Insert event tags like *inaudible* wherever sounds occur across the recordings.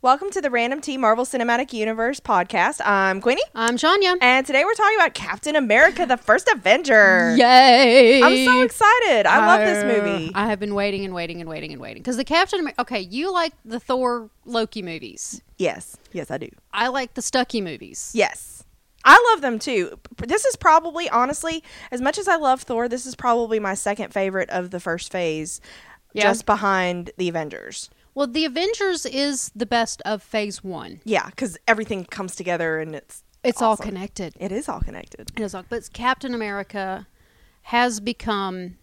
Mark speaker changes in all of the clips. Speaker 1: Welcome to the Random T Marvel Cinematic Universe podcast. I'm Queenie,
Speaker 2: I'm Shania.
Speaker 1: and today we're talking about Captain America: The First Avenger.
Speaker 2: Yay! Uh,
Speaker 1: I'm so excited. I love this movie.
Speaker 2: I have been waiting and waiting and waiting and waiting because the Captain. Amer- okay, you like the Thor Loki movies.
Speaker 1: yes, yes, I do.
Speaker 2: I like the Stucky movies.
Speaker 1: Yes. I love them too. P- This is probably, honestly, as much as I love Thor, this is probably my second favorite of the first phase,
Speaker 2: Yeah.
Speaker 1: just behind the Avengers.
Speaker 2: Well, the Avengers is the best of Phase One.
Speaker 1: Yeah, because everything comes together and it's
Speaker 2: It's all
Speaker 1: awesome.
Speaker 2: connected.
Speaker 1: It is all connected.
Speaker 2: It is all. But Captain America has become.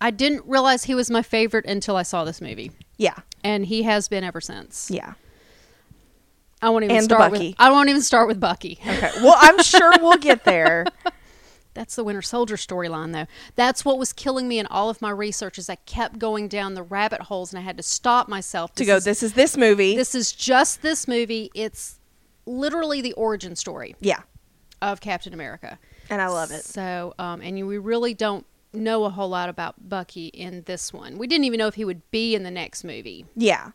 Speaker 2: I didn't realize he was my favorite until I saw this movie,
Speaker 1: Yeah,
Speaker 2: and he has been ever since.
Speaker 1: yeah.
Speaker 2: I won't even
Speaker 1: And the
Speaker 2: start with.
Speaker 1: Bucky.
Speaker 2: I won't even start with Bucky.
Speaker 1: Okay. Well, I'm sure we'll get
Speaker 2: *laughs*
Speaker 1: there.
Speaker 2: That's the Winter Soldier storyline, though. That's what was killing me in all of my research is I kept going down the rabbit holes, and I had to stop myself
Speaker 1: To go,
Speaker 2: Is,
Speaker 1: this is this movie.
Speaker 2: this is just this movie. It's literally the origin story
Speaker 1: yeah,
Speaker 2: of Captain America.
Speaker 1: and I love it.
Speaker 2: So, um, and you, we really don't know a whole lot about Bucky in this one. We didn't even know if he would be in the next movie.
Speaker 1: Yeah.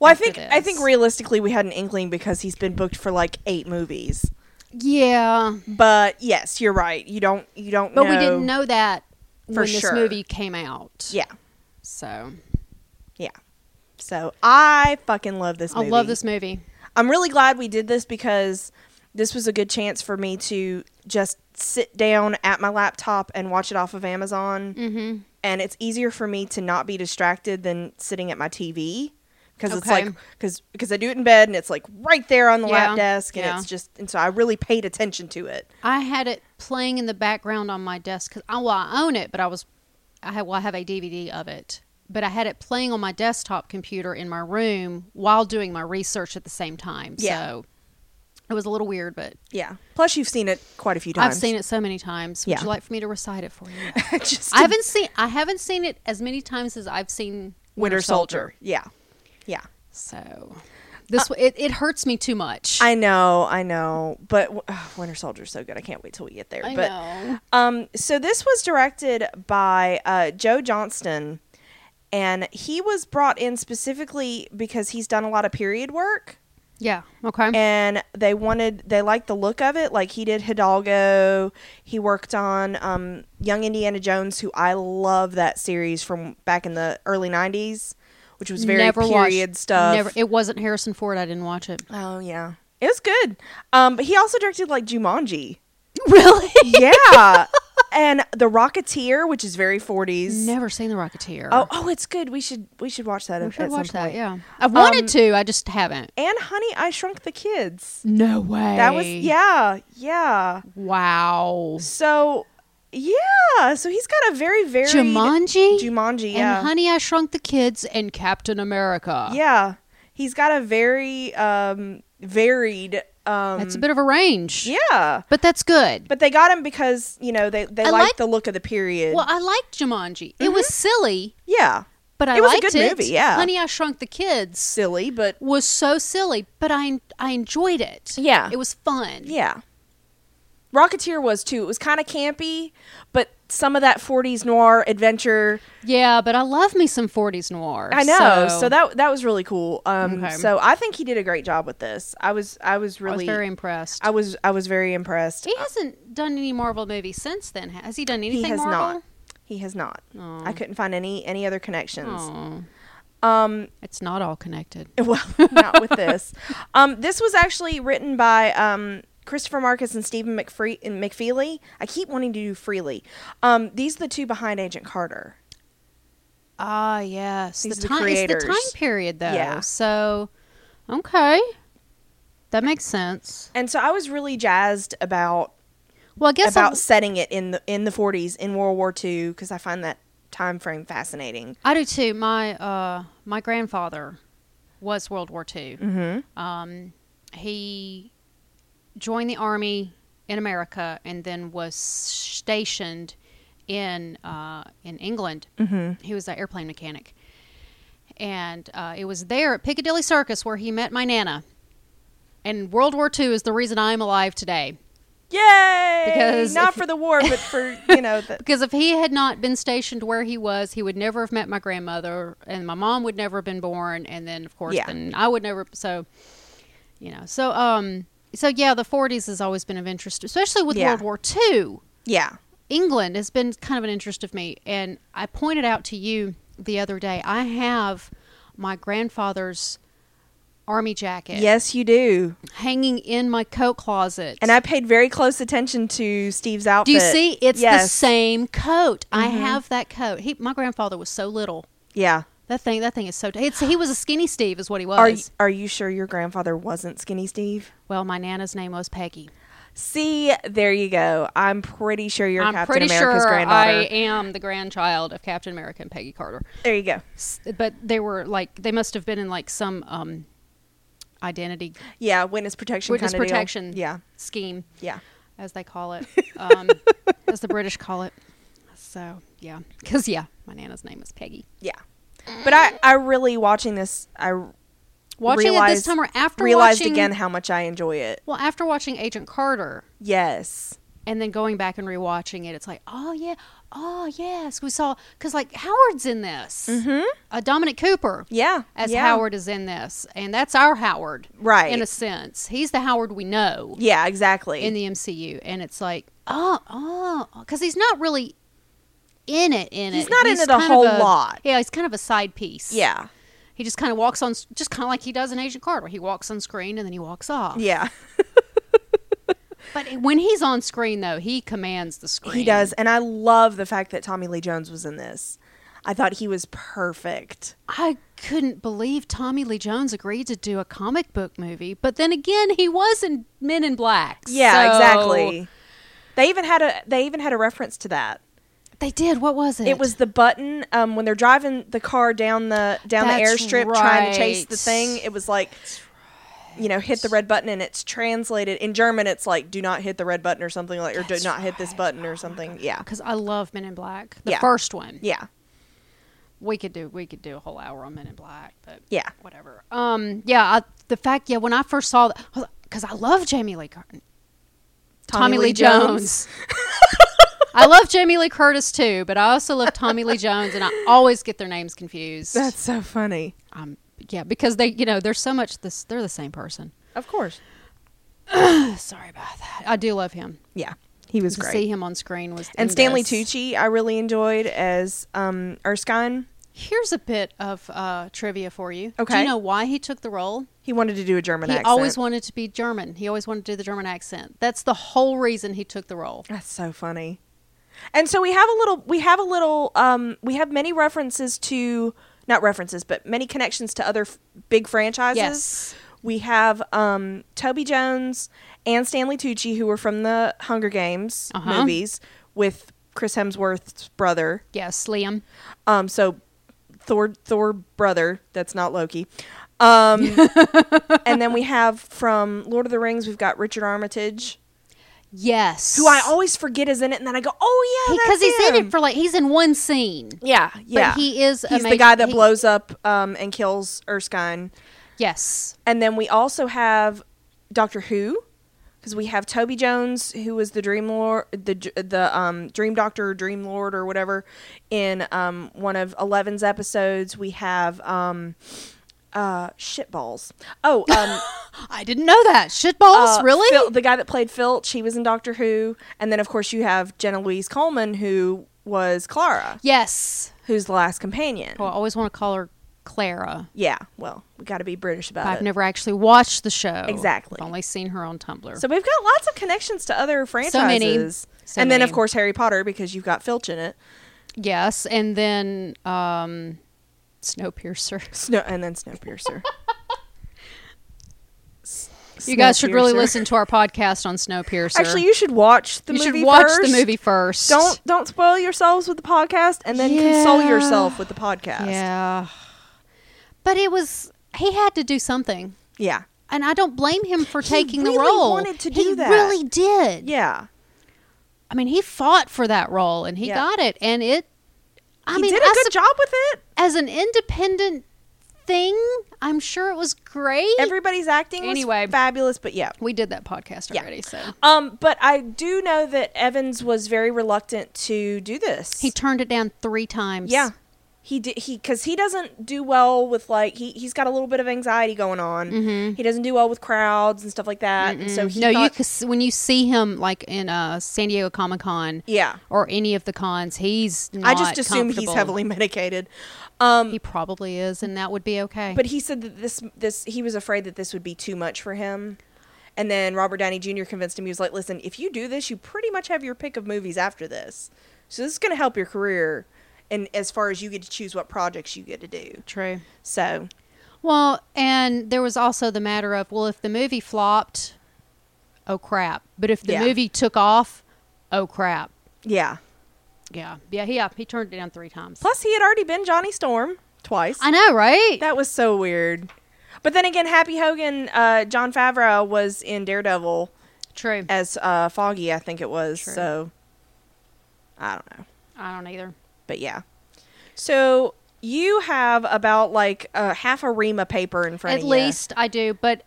Speaker 1: Well, I
Speaker 2: After
Speaker 1: think I
Speaker 2: this.
Speaker 1: think realistically we had an inkling because he's been booked for like eight movies.
Speaker 2: Yeah,
Speaker 1: But yes, you're right. You don't you don't.
Speaker 2: but
Speaker 1: know.
Speaker 2: we didn't know that
Speaker 1: For
Speaker 2: when this
Speaker 1: sure.
Speaker 2: movie came out.
Speaker 1: Yeah.
Speaker 2: So
Speaker 1: Yeah. So I fucking love this movie.
Speaker 2: I love this movie.
Speaker 1: I'm really glad we did this because this was a good chance for me to just sit down at my laptop and watch it off of Amazon. Mm-hmm. And it's easier for me to not be distracted than sitting at my TV because it's
Speaker 2: Okay.
Speaker 1: like because because I do it in bed and it's like right there on the
Speaker 2: Yeah.
Speaker 1: lap desk and
Speaker 2: Yeah.
Speaker 1: it's just and so I really paid attention to it.
Speaker 2: I had it playing in the background on my desk because well, I own it, but I was I have, well, I have a DVD of it, but I had it playing on my desktop computer in my room while doing my research at the same time.
Speaker 1: Yeah.
Speaker 2: So it was a little weird, but
Speaker 1: Yeah. Plus, you've seen it quite a few times.
Speaker 2: I've seen it so many times. Would
Speaker 1: Yeah.
Speaker 2: you like for me to recite it for
Speaker 1: *laughs*
Speaker 2: you?
Speaker 1: just
Speaker 2: I haven't seen I haven't seen it as many times as I've seen
Speaker 1: Winter Soldier. Yeah. Yeah.
Speaker 2: So this w it, it hurts me too much.
Speaker 1: I know, I know, but uh, Winter Soldier's so good. I can't wait till we get there.
Speaker 2: I
Speaker 1: but
Speaker 2: know.
Speaker 1: um, so this was directed by uh, Joe Johnston, and he was brought in specifically because he's done a lot of period work,
Speaker 2: yeah. Okay.
Speaker 1: and they wanted they liked the look of it. Like he did Hidalgo, he worked on um, Young Indiana Jones, who I love that series from back in the early '90s, which was very
Speaker 2: watched-
Speaker 1: period stuff.
Speaker 2: Never, it wasn't Harrison Ford. I
Speaker 1: *laughs*
Speaker 2: didn't watch it.
Speaker 1: oh yeah, it was good. Um, but he also directed like
Speaker 2: *laughs*
Speaker 1: Jumanji.
Speaker 2: Really?
Speaker 1: yeah. And The Rocketeer, which is very 40s.
Speaker 2: Never seen The Rocketeer.
Speaker 1: Oh, oh, it's good. We should we should watch that.
Speaker 2: I
Speaker 1: at-
Speaker 2: should
Speaker 1: at
Speaker 2: watch
Speaker 1: some
Speaker 2: that.
Speaker 1: point. Um,
Speaker 2: Yeah, I've wanted to. I just haven't.
Speaker 1: And Honey, I Shrunk the Kids.
Speaker 2: No way.
Speaker 1: That was yeah, yeah.
Speaker 2: Wow.
Speaker 1: So yeah, so he's got a very very
Speaker 2: Jumanji.
Speaker 1: Jumanji, yeah,
Speaker 2: And Honey, I Shrunk the Kids and Captain America.
Speaker 1: yeah. He's got a very um varied um
Speaker 2: that's a bit of a range.
Speaker 1: yeah.
Speaker 2: but that's good.
Speaker 1: But they got him because you know they they
Speaker 2: I
Speaker 1: liked
Speaker 2: like-
Speaker 1: the look of the period.
Speaker 2: well, I liked Jumanji. It was silly,
Speaker 1: yeah,
Speaker 2: but I
Speaker 1: Mm-hmm. It was a
Speaker 2: liked
Speaker 1: good movie, yeah.
Speaker 2: Honey, I Shrunk the Kids
Speaker 1: silly, but
Speaker 2: was so silly, but I I enjoyed it.
Speaker 1: Yeah.
Speaker 2: it was fun.
Speaker 1: Yeah. Rocketeer was too. It was kind of campy, but some of that 40s noir adventure.
Speaker 2: Yeah, but I love me some '40s noir.
Speaker 1: I know. So, that that was really cool. Um
Speaker 2: Okay.
Speaker 1: so I think he did a great job with this. I was I was
Speaker 2: I was
Speaker 1: really
Speaker 2: very impressed.
Speaker 1: I was I was very impressed.
Speaker 2: He hasn't done any Marvel movies since then, has he? Done
Speaker 1: He
Speaker 2: anything?
Speaker 1: has
Speaker 2: Marvel?
Speaker 1: not. He has not.
Speaker 2: Aw.
Speaker 1: I couldn't find any any other connections.
Speaker 2: Oh,
Speaker 1: Um
Speaker 2: it's not all connected.
Speaker 1: *laughs* well, not with this. Um this was actually written by um Christopher Marcus and Stephen McFree and McFeely. I keep wanting to do freely. Um, these are the two behind Agent Carter.
Speaker 2: Ah, yes.
Speaker 1: These are the
Speaker 2: the time it's
Speaker 1: creators.
Speaker 2: the time period though.
Speaker 1: Yeah.
Speaker 2: So, okay, that makes sense.
Speaker 1: And so I was really jazzed about
Speaker 2: Well, I guess
Speaker 1: about
Speaker 2: I,
Speaker 1: setting it in the in the 40s in World War II because I find that time frame fascinating.
Speaker 2: I do too. My uh, my grandfather was World War II.
Speaker 1: Mm-hmm.
Speaker 2: Um, he joined the army in America and then was stationed in uh, in England.
Speaker 1: Mm-hmm.
Speaker 2: he was an airplane mechanic and uh, it was there at piccadilly circus where he met my nana and world war ii is the reason i'm alive today
Speaker 1: Yay!
Speaker 2: Because
Speaker 1: not
Speaker 2: if-
Speaker 1: for the war, but
Speaker 2: *laughs*
Speaker 1: for you know the
Speaker 2: Because if he had not been stationed where he was, he would never have met my grandmother, and my mom would never have been born, and then of course,
Speaker 1: Yeah.
Speaker 2: then I would never. So, you know, so um, so yeah, the forties has always been of interest, especially with
Speaker 1: Yeah.
Speaker 2: World War II.
Speaker 1: yeah,
Speaker 2: England has been kind of an interest of me, and I pointed out to you the other day. I have my grandfather's army jacket
Speaker 1: yes, you do.
Speaker 2: hanging in my coat closet,
Speaker 1: And I paid very close attention to Steve's outfit.
Speaker 2: Do you see? It's the
Speaker 1: Yes. Mm-hmm.
Speaker 2: same coat. I have that coat. He, my grandfather was so little.
Speaker 1: Yeah.
Speaker 2: That thing, that thing is so. It's, he was a skinny Steve, is what he was.
Speaker 1: Are are you sure your grandfather wasn't Skinny Steve?
Speaker 2: well, my nana's name was Peggy.
Speaker 1: See, there you go. I'm pretty sure you're
Speaker 2: I'm
Speaker 1: Captain
Speaker 2: pretty
Speaker 1: America's
Speaker 2: sure
Speaker 1: granddaughter.
Speaker 2: I am the grandchild of Captain America and Peggy Carter.
Speaker 1: There you go.
Speaker 2: S- But they were like, they must have been in like some um, identity
Speaker 1: Yeah, witness protection.
Speaker 2: witness
Speaker 1: kinda deal.
Speaker 2: protection
Speaker 1: Yeah,
Speaker 2: scheme,
Speaker 1: yeah.
Speaker 2: as they call it,
Speaker 1: *laughs*
Speaker 2: um, as the British call it. So yeah, because yeah, my nana's name was Peggy.
Speaker 1: Yeah. But I, I really watching this, I
Speaker 2: Watching it this
Speaker 1: realized-
Speaker 2: time or after
Speaker 1: realized
Speaker 2: watching,
Speaker 1: again how much I enjoy it.
Speaker 2: Well, after watching Agent Carter,
Speaker 1: Yes.
Speaker 2: and then going back and rewatching it, it's like, oh yeah, oh yes, we saw because like Howard's in this, mm-hmm. uh, Dominic Cooper,
Speaker 1: Yeah.
Speaker 2: as
Speaker 1: yeah.
Speaker 2: Howard is in this, and that's our Howard,
Speaker 1: Right.
Speaker 2: In a sense, he's the Howard we know
Speaker 1: Yeah, exactly.
Speaker 2: in the MCU, and it's like, oh, oh, because he's not really in it. In
Speaker 1: He's
Speaker 2: it,
Speaker 1: not in it a
Speaker 2: kind of
Speaker 1: whole lot.
Speaker 2: Yeah, he's kind of a side piece.
Speaker 1: yeah.
Speaker 2: he just kind of walks on, s- just kind of like he does in Agent Carter. He walks on screen and then he walks off.
Speaker 1: Yeah.
Speaker 2: But when he's on screen, though, he commands the screen.
Speaker 1: He does. And I love the fact that Tommy Lee Jones was in this. I thought he was perfect.
Speaker 2: I couldn't believe Tommy Lee Jones agreed to do a comic book movie, but then again, he was in Men in Black.
Speaker 1: Yeah,
Speaker 2: so-
Speaker 1: exactly. They even had a they even had a reference to that.
Speaker 2: They did. What was it?
Speaker 1: It was the button um, when they're driving the car down the down
Speaker 2: That's
Speaker 1: the airstrip trying to chase
Speaker 2: right.
Speaker 1: the thing. It was like, you know, hit the red button and it's translated in German. It's like, do not hit the red button or something like, or do
Speaker 2: That's
Speaker 1: not hit this button or something. Yeah,
Speaker 2: because I love Men in Black, the
Speaker 1: Yeah.
Speaker 2: first one.
Speaker 1: yeah,
Speaker 2: we could do we could do a whole hour on Men in Black, but
Speaker 1: Yeah.
Speaker 2: whatever. Um, yeah, I, the fact, yeah, when I first saw that, because I love Jamie Lee Curtis, Tommy, Lee Jones. *laughs* I love Jamie Lee Curtis too, but I also love Tommy Lee Jones, and I always get their names
Speaker 1: *laughs*
Speaker 2: confused.
Speaker 1: That's so funny.
Speaker 2: um, yeah, because they, you know, there's so much. This they're the same person. *sighs*
Speaker 1: Of course.
Speaker 2: Sorry about that. I do love him.
Speaker 1: Yeah, he was
Speaker 2: To
Speaker 1: great.
Speaker 2: see him on screen was
Speaker 1: and
Speaker 2: in
Speaker 1: Stanley
Speaker 2: this.
Speaker 1: Tucci, I really enjoyed as um, Erskine.
Speaker 2: Here's a bit of uh, trivia for you. Do
Speaker 1: Okay.
Speaker 2: you know why he took the role?
Speaker 1: He wanted to do a German
Speaker 2: he
Speaker 1: accent.
Speaker 2: always wanted to be German. He always wanted to do the German accent. That's the whole reason he took the role.
Speaker 1: That's so funny. And so we have a little we have a little um we have many references to not references but many connections to other f- big franchises.
Speaker 2: Yes.
Speaker 1: We have um Toby Jones and Stanley Tucci who were from the Hunger Games
Speaker 2: Uh-huh.
Speaker 1: movies with Chris Hemsworth's brother.
Speaker 2: Yes, Liam.
Speaker 1: Um so Thor Thor brother, that's not Loki.
Speaker 2: *laughs*
Speaker 1: Um and then we have from Lord of the Rings we've got Richard Armitage
Speaker 2: Yes.
Speaker 1: who I always forget is in it, and then I go, oh yeah,
Speaker 2: because he's in
Speaker 1: him.
Speaker 2: it for like he's in one scene.
Speaker 1: yeah, yeah.
Speaker 2: But he is a
Speaker 1: he's
Speaker 2: major-
Speaker 1: the guy that
Speaker 2: he-
Speaker 1: blows up um, and kills Erskine,
Speaker 2: Yes.
Speaker 1: and then we also have Doctor Who, because we have Toby Jones, who was the Dream Lord, the the um, Dream Doctor, or Dream Lord, or whatever, in um, one of Eleven's episodes. We have. Um, uh, shitballs. Oh, um,
Speaker 2: *gasps* I didn't know that.
Speaker 1: Uh,
Speaker 2: Shitballs, really?
Speaker 1: Phil- the guy that played Filch, he was in Doctor Who, and then of course you have Jenna Louise Coleman, who was Clara,
Speaker 2: yes.
Speaker 1: who's the last companion.
Speaker 2: Well, I always want to call her Clara.
Speaker 1: Yeah, well, we got to be British about
Speaker 2: But I've
Speaker 1: it.
Speaker 2: never actually watched the show.
Speaker 1: Exactly.
Speaker 2: I've only seen her on Tumblr.
Speaker 1: so we've got lots of connections to other franchises,
Speaker 2: So
Speaker 1: and then of
Speaker 2: many.
Speaker 1: course Harry Potter because you've got Filch in it.
Speaker 2: yes, and then um, Snowpiercer. *laughs*
Speaker 1: Snow and then Snowpiercer. S-
Speaker 2: *laughs* You guys should really
Speaker 1: Snowpiercer.
Speaker 2: listen to our podcast on Snowpiercer.
Speaker 1: Actually, you should watch the
Speaker 2: you
Speaker 1: movie.
Speaker 2: should watch
Speaker 1: first.
Speaker 2: the movie first.
Speaker 1: Don't don't spoil yourselves with the podcast, and then console
Speaker 2: Yeah.
Speaker 1: yourself with the podcast.
Speaker 2: Yeah. But it was he had to do something.
Speaker 1: yeah,
Speaker 2: And I don't blame him for taking the
Speaker 1: really
Speaker 2: role.
Speaker 1: wanted to
Speaker 2: he
Speaker 1: do that.
Speaker 2: really did.
Speaker 1: yeah.
Speaker 2: I mean, he fought for that role and he
Speaker 1: Yeah.
Speaker 2: got it and it I
Speaker 1: he
Speaker 2: mean,
Speaker 1: did a
Speaker 2: I
Speaker 1: good
Speaker 2: sup-
Speaker 1: job with it.
Speaker 2: as an independent thing. I'm sure it was great.
Speaker 1: Everybody's acting was
Speaker 2: Anyway.
Speaker 1: fabulous, but yeah.
Speaker 2: we did that podcast
Speaker 1: Yeah.
Speaker 2: already, so
Speaker 1: Um, but I do know that Evans was very reluctant to do this.
Speaker 2: he turned it down three times.
Speaker 1: yeah, he did. He because he doesn't do well with like he he's got a little bit of anxiety going on. He doesn't do well with crowds and stuff like that. And so he
Speaker 2: Mm. no, you
Speaker 1: thought-
Speaker 2: could, s- when you see him like in uh, San Diego Comic Con
Speaker 1: yeah.
Speaker 2: or any of the cons, he's. Not
Speaker 1: I just assume he's
Speaker 2: comfortable.
Speaker 1: heavily *laughs* medicated. Um,
Speaker 2: He probably is, and that would be okay.
Speaker 1: but he said that this this he was afraid that this would be too much for him. And then Robert Downey Jr. convinced him. He was like, "Listen, if you do this, you pretty much have your pick of movies after this. So this is going to help your career, and as far as you get to choose what projects you get to do.
Speaker 2: true.
Speaker 1: So
Speaker 2: Well, and there was also the matter of well, if the movie flopped, oh crap. But if the
Speaker 1: Yeah.
Speaker 2: movie took off, oh crap.
Speaker 1: yeah.
Speaker 2: Yeah, yeah, yeah. He turned it down three times.
Speaker 1: Plus, he had already been Johnny Storm twice.
Speaker 2: I know, right?
Speaker 1: that was so weird. But then again, Happy Hogan, uh, John Favreau was in Daredevil
Speaker 2: True.
Speaker 1: as uh, Foggy, I think it was.
Speaker 2: True.
Speaker 1: So I don't know.
Speaker 2: I don't either.
Speaker 1: but yeah. So you have about like a half a ream of paper in front
Speaker 2: At
Speaker 1: of you.
Speaker 2: least I do, but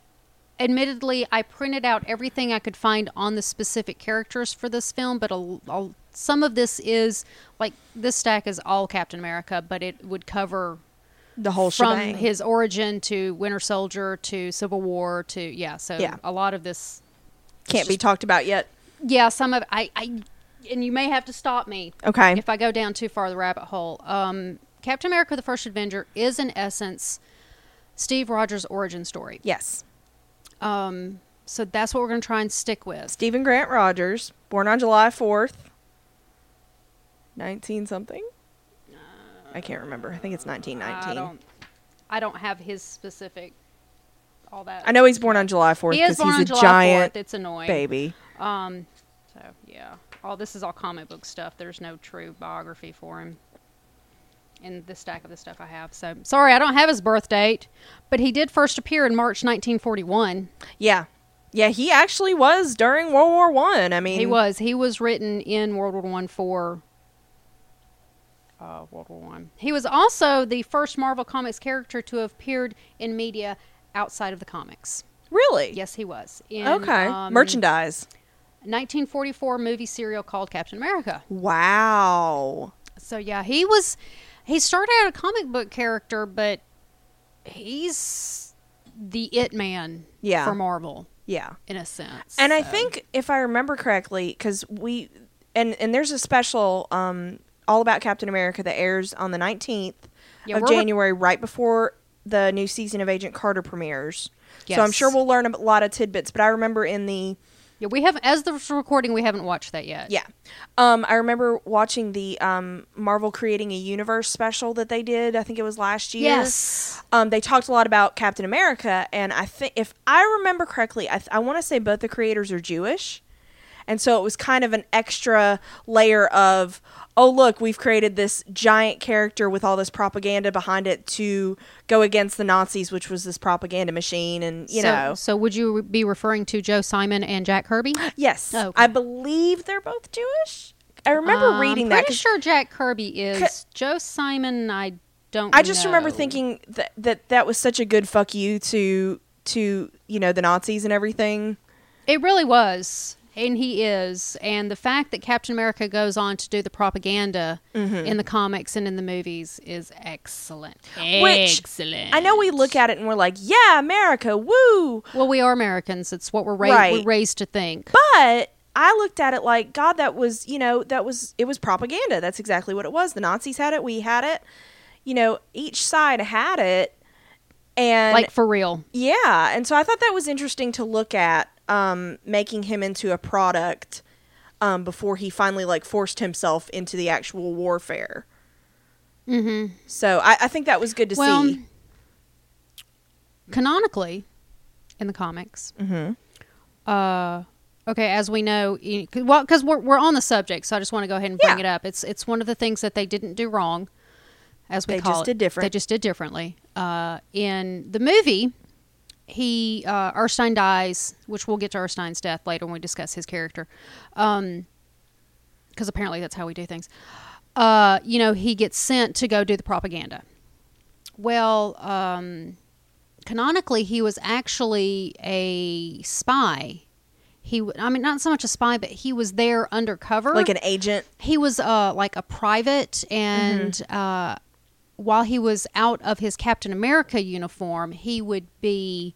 Speaker 2: admittedly, I printed out everything I could find on the specific characters for this film. But a, a, some of this is like this stack is all Captain America, but it would cover
Speaker 1: the whole
Speaker 2: from
Speaker 1: shebang.
Speaker 2: his origin to Winter Soldier to Civil War to yeah. So
Speaker 1: Yeah.
Speaker 2: a lot of this,
Speaker 1: Can't be talked about yet.
Speaker 2: yeah, some of I, I and you may have to stop me
Speaker 1: Okay.
Speaker 2: if I go down too far the rabbit hole. Um, Captain America: The First Avenger is in essence Steve Rogers' origin story.
Speaker 1: yes.
Speaker 2: Um, so that's what we're going to try and stick with.
Speaker 1: Stephen Grant Rogers, born on July 4th, 19 something. I can't remember. I think it's
Speaker 2: I
Speaker 1: 1919.
Speaker 2: don't. I don't have his specific. All that.
Speaker 1: I know he's born on July 4th
Speaker 2: He is
Speaker 1: because
Speaker 2: born
Speaker 1: he's
Speaker 2: on
Speaker 1: a
Speaker 2: July
Speaker 1: giant
Speaker 2: 4th. It's annoying.
Speaker 1: baby.
Speaker 2: Um. So yeah, all this is all comic book stuff. There's no true biography for him. In the stack of the stuff I have, so sorry I don't have his birth date, but he did first appear in March 1941.
Speaker 1: Yeah. Yeah, he actually was during World War One. I. I mean,
Speaker 2: He was. He was written in World War One for uh, World War One. He was also the first Marvel Comics character to have appeared in media outside of the comics.
Speaker 1: really.
Speaker 2: Yes, he was. In,
Speaker 1: okay.
Speaker 2: um,
Speaker 1: Merchandise.
Speaker 2: 1944 movie serial called Captain America.
Speaker 1: Wow.
Speaker 2: So yeah, he was. He started out a comic book character, but he's the it man
Speaker 1: Yeah.
Speaker 2: for Marvel
Speaker 1: Yeah.
Speaker 2: in a sense.
Speaker 1: And I
Speaker 2: So,
Speaker 1: think if I remember correctly, because we and and there's a special um, all about Captain America that airs on the 19th
Speaker 2: Yeah,
Speaker 1: of
Speaker 2: we're-
Speaker 1: January, right before the new season of Agent Carter premieres. So I'm
Speaker 2: Yes.
Speaker 1: sure we'll learn a lot of tidbits. But I remember in the
Speaker 2: yeah, we have as the recording we haven't watched that yet.
Speaker 1: yeah, um, I remember watching the um, Marvel Creating a Universe special that they did. I think it was last year.
Speaker 2: Yes.
Speaker 1: Um, they talked a lot about Captain America, and I think if I remember correctly, I, th- I want to say both the creators are Jewish, and so it was kind of an extra layer of, oh look, we've created this giant character with all this propaganda behind it to go against the Nazis, which was this propaganda machine, and you
Speaker 2: so,
Speaker 1: know,
Speaker 2: So would you be referring to Joe Simon and Jack Kirby?
Speaker 1: yes,
Speaker 2: Oh,
Speaker 1: *gasps*
Speaker 2: Okay.
Speaker 1: I believe they're both Jewish. I remember
Speaker 2: Um,
Speaker 1: reading that.
Speaker 2: Pretty
Speaker 1: 'cause
Speaker 2: sure Jack Kirby is Joe Simon. I don't.
Speaker 1: I just remember
Speaker 2: know.
Speaker 1: thinking that, that that was such a good fuck you to to you know the Nazis and everything.
Speaker 2: it really was, and he is, and the fact that Captain America goes on to do the propaganda in the comics and in the movies is excellent.
Speaker 1: Mm-hmm. Which,
Speaker 2: excellent.
Speaker 1: I know we look at it and we're like, yeah, America, woo.
Speaker 2: Well, we are Americans. It's what we're, ra-
Speaker 1: Right.
Speaker 2: we're raised to think.
Speaker 1: But I looked at it like, God, that was, you know, that was, it was propaganda. That's exactly what it was. The Nazis had it. We had it. You know, each side had it. And
Speaker 2: like for real.
Speaker 1: yeah. And so I thought that was interesting to look at um, making him into a product um, before he finally like forced himself into the actual warfare.
Speaker 2: Mm-hmm.
Speaker 1: So I, I think that was good to
Speaker 2: Well, um,
Speaker 1: see.
Speaker 2: canonically, in the comics,
Speaker 1: Mm-hmm.
Speaker 2: uh okay as we know e- well because we're, we're on the subject so i just want to go ahead and bring
Speaker 1: Yeah.
Speaker 2: it up it's it's one of the things that they didn't do wrong as we
Speaker 1: They
Speaker 2: call
Speaker 1: just
Speaker 2: it.
Speaker 1: did different.
Speaker 2: they just did differently uh in the movie he uh erstein dies which we'll get to erstein's death later when we discuss his character um because apparently that's how we do things uh you know he gets sent to go do the propaganda well, um, canonically, he was actually a spy. He, w- I mean, not so much a spy, but he was there undercover.
Speaker 1: Like an agent.
Speaker 2: he was uh, like a private, and
Speaker 1: Mm-hmm.
Speaker 2: uh, while he was out of his Captain America uniform, he would be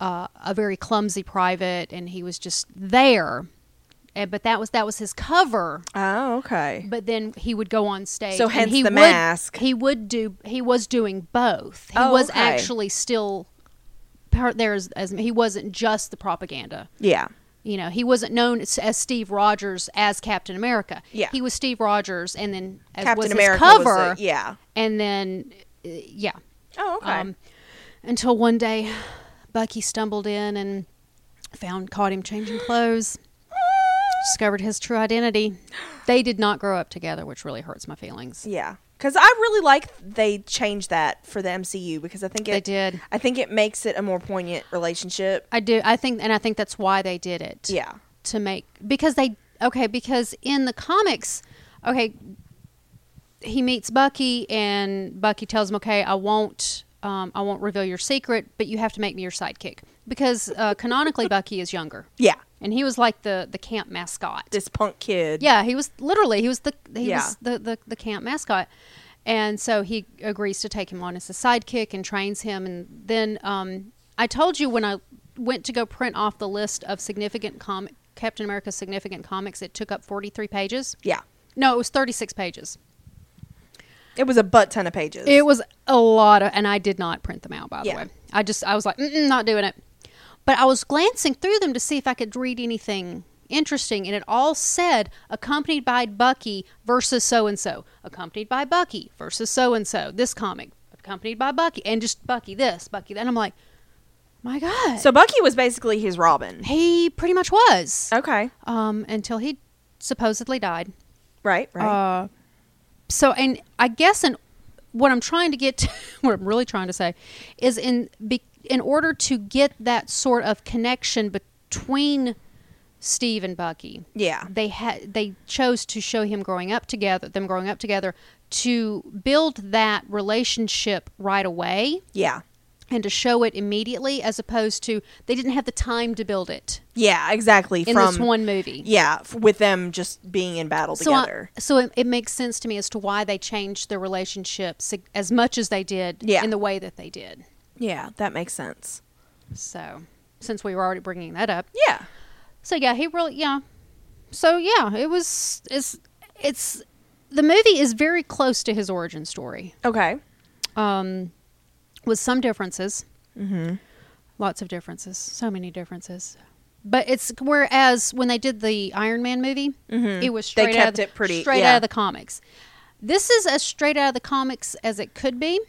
Speaker 2: uh, a very clumsy private, and he was just there. And, but that was that was his cover.
Speaker 1: Oh, okay.
Speaker 2: But then he would go on stage.
Speaker 1: So
Speaker 2: and
Speaker 1: hence
Speaker 2: he
Speaker 1: the
Speaker 2: would-
Speaker 1: mask.
Speaker 2: He would do. He was doing both. He
Speaker 1: Oh,
Speaker 2: was
Speaker 1: okay.
Speaker 2: actually still part there as, as he wasn't just the propaganda.
Speaker 1: Yeah.
Speaker 2: You know, he wasn't known as, as Steve Rogers as Captain America.
Speaker 1: Yeah.
Speaker 2: he was Steve Rogers, and then as
Speaker 1: Captain
Speaker 2: was his
Speaker 1: America. was
Speaker 2: cover,
Speaker 1: a- yeah.
Speaker 2: and then uh, yeah,
Speaker 1: Oh, okay.
Speaker 2: um, until one day Bucky stumbled in and found caught him changing clothes, discovered his true identity. They did not grow up together, which really hurts my feelings.
Speaker 1: yeah. Because I really like they changed that for the MCU because I think it
Speaker 2: They did.
Speaker 1: I think it makes it a more poignant relationship.
Speaker 2: I do. I think, and I think that's why they did it.
Speaker 1: Yeah.
Speaker 2: to make because they okay because in the comics okay he meets bucky and bucky tells him okay i won't um, i won't reveal your secret but you have to make me your sidekick because uh, canonically bucky is younger
Speaker 1: Yeah.
Speaker 2: and he was like the the camp mascot
Speaker 1: This punk kid.
Speaker 2: yeah he was literally he was the he
Speaker 1: Yeah.
Speaker 2: was the, the the camp mascot and so he agrees to take him on as a sidekick and trains him and then um, i told you when i went to go print off the list of significant com captain america's significant comics it took up 43 pages
Speaker 1: Yeah.
Speaker 2: no it was 36 pages
Speaker 1: It was a butt ton of pages.
Speaker 2: it was a lot of, and I did not print them out, by
Speaker 1: Yeah.
Speaker 2: the way. I just, I was like, Mm-mm, not doing it. But I was glancing through them to see if I could read anything interesting, and it all said accompanied by Bucky versus so and so, accompanied by Bucky versus so and so, this comic, accompanied by Bucky, and just Bucky this, Bucky that. And I'm like, my God.
Speaker 1: so Bucky was basically his Robin.
Speaker 2: he pretty much was
Speaker 1: Okay.
Speaker 2: um, until he supposedly died.
Speaker 1: Right, right.
Speaker 2: Uh, so, and I guess in what I'm trying to get, to, *laughs* what I'm really trying to say, is in be, in order to get that sort of connection between Steve and Bucky,
Speaker 1: yeah.
Speaker 2: they had they chose to show him growing up together, them growing up together, to build that relationship right away
Speaker 1: Yeah.
Speaker 2: and to show it immediately, as opposed to they didn't have the time to build it
Speaker 1: Yeah, exactly.
Speaker 2: in
Speaker 1: From
Speaker 2: this one movie.
Speaker 1: Yeah, f- with them just being in battle
Speaker 2: so I-
Speaker 1: together.
Speaker 2: so it, it makes sense to me as to why they changed their relationship sig- as much as they did
Speaker 1: Yeah.
Speaker 2: in the way that they did.
Speaker 1: yeah, that makes sense.
Speaker 2: So since we were already bringing that up,
Speaker 1: Yeah.
Speaker 2: so yeah, he really yeah. So yeah, it was it's it's the movie is very close to his origin story,
Speaker 1: Okay.
Speaker 2: um, with some differences.
Speaker 1: Mm-hmm.
Speaker 2: Lots of differences, so many differences. But it's whereas when they did the Iron Man movie, it was straight out of
Speaker 1: Mm-hmm. kept
Speaker 2: the,
Speaker 1: it pretty-
Speaker 2: straight
Speaker 1: yeah.
Speaker 2: out of the comics. This is as straight out of the comics as it could be,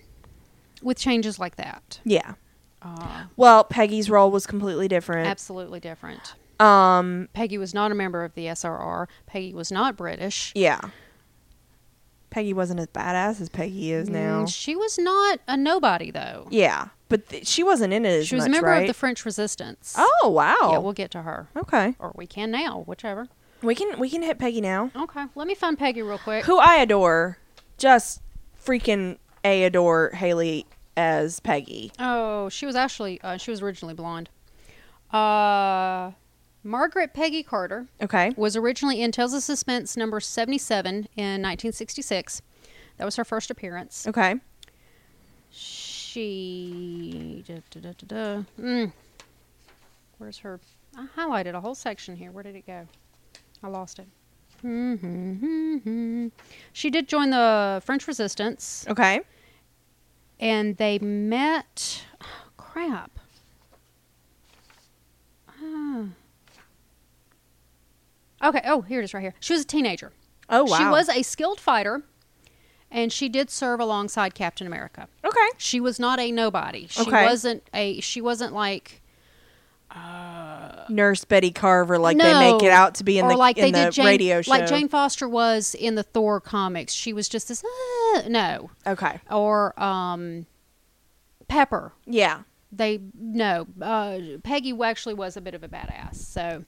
Speaker 2: with changes like that.
Speaker 1: Yeah.
Speaker 2: Uh,
Speaker 1: Well, Peggy's role was completely different.
Speaker 2: absolutely different.
Speaker 1: Um,
Speaker 2: Peggy was not a member of the SRR. Peggy was not British.
Speaker 1: yeah. Peggy wasn't as badass as Peggy is now.
Speaker 2: Mm, She was not a nobody though.
Speaker 1: yeah, but th- she wasn't in it as
Speaker 2: She was
Speaker 1: much,
Speaker 2: a member
Speaker 1: right?
Speaker 2: of the French Resistance.
Speaker 1: oh wow.
Speaker 2: yeah, we'll get to her,
Speaker 1: okay.
Speaker 2: or we can now, whichever.
Speaker 1: We can we can hit Peggy now.
Speaker 2: Okay, let me find Peggy real quick.
Speaker 1: Who I adore, just freaking a adore Haley as Peggy.
Speaker 2: Oh, she was actually uh, she was originally blonde. Uh, Margaret Peggy Carter
Speaker 1: Okay.
Speaker 2: was originally in Tales of Suspense number seventy-seven in 1966. That was her first appearance.
Speaker 1: Okay.
Speaker 2: She. Da, da, da, da, da. Mm. Where's her? I highlighted a whole section here. Where did it go? I lost it. Mm-hmm, She did join the French Resistance,
Speaker 1: Okay.
Speaker 2: and they met. Oh, crap. Ah. Okay. Oh, here it is, right here. She was a teenager.
Speaker 1: Oh wow.
Speaker 2: She was a skilled fighter, and she did serve alongside Captain America
Speaker 1: okay.
Speaker 2: she was not a nobody. She
Speaker 1: Okay.
Speaker 2: wasn't a she wasn't like
Speaker 1: Nurse Betty Carver, like they
Speaker 2: No.
Speaker 1: make it out to be in
Speaker 2: or
Speaker 1: the
Speaker 2: like
Speaker 1: in
Speaker 2: they
Speaker 1: the
Speaker 2: did Jane,
Speaker 1: radio show.
Speaker 2: like Jane Foster was in the Thor comics. She was just this "Ah," no
Speaker 1: Okay.
Speaker 2: or um Pepper.
Speaker 1: Yeah.
Speaker 2: They no uh, Peggy actually was a bit of a badass. So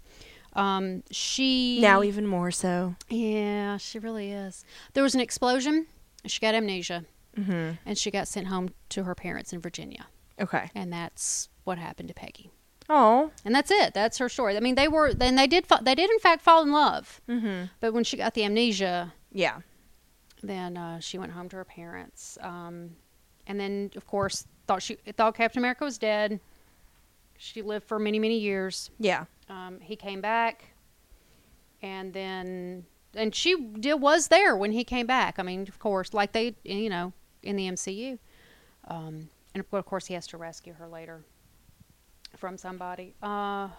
Speaker 2: um she
Speaker 1: Now even more so.
Speaker 2: yeah she really is. There was an explosion. She got amnesia. and she got sent home to her parents in Virginia.
Speaker 1: Okay.
Speaker 2: And that's what happened to Peggy.
Speaker 1: Oh.
Speaker 2: And that's it. That's her story. I mean, they were, and they did, fa- they did in fact fall in love. Mm-hmm. But when she got the amnesia,
Speaker 1: Yeah.
Speaker 2: then uh, she went home to her parents, um, and then of course thought she thought Captain America was dead. She lived for many many years.
Speaker 1: Yeah.
Speaker 2: Um, he came back, and then and she did, was there when he came back. I mean, of course, like they you know in the MCU, um, and of course he has to rescue her later from somebody. Uh,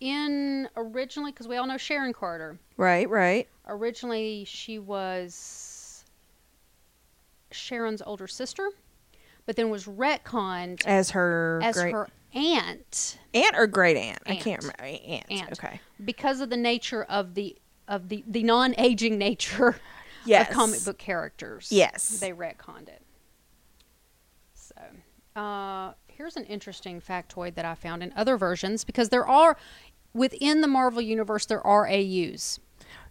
Speaker 2: in originally because we all know Sharon Carter
Speaker 1: Right, right.
Speaker 2: originally she was Sharon's older sister, but then was retconned
Speaker 1: As her
Speaker 2: as
Speaker 1: great
Speaker 2: her aunt
Speaker 1: aunt or great aunt? I
Speaker 2: Aunt.
Speaker 1: can't remember. Aunt.
Speaker 2: Aunt.
Speaker 1: Okay.
Speaker 2: because of the nature of the of the, the non aging nature *laughs*
Speaker 1: Yes.
Speaker 2: of comic book characters.
Speaker 1: Yes.
Speaker 2: They retconned it. So uh here's an interesting factoid that I found in other versions because there are within the Marvel universe there are AUs.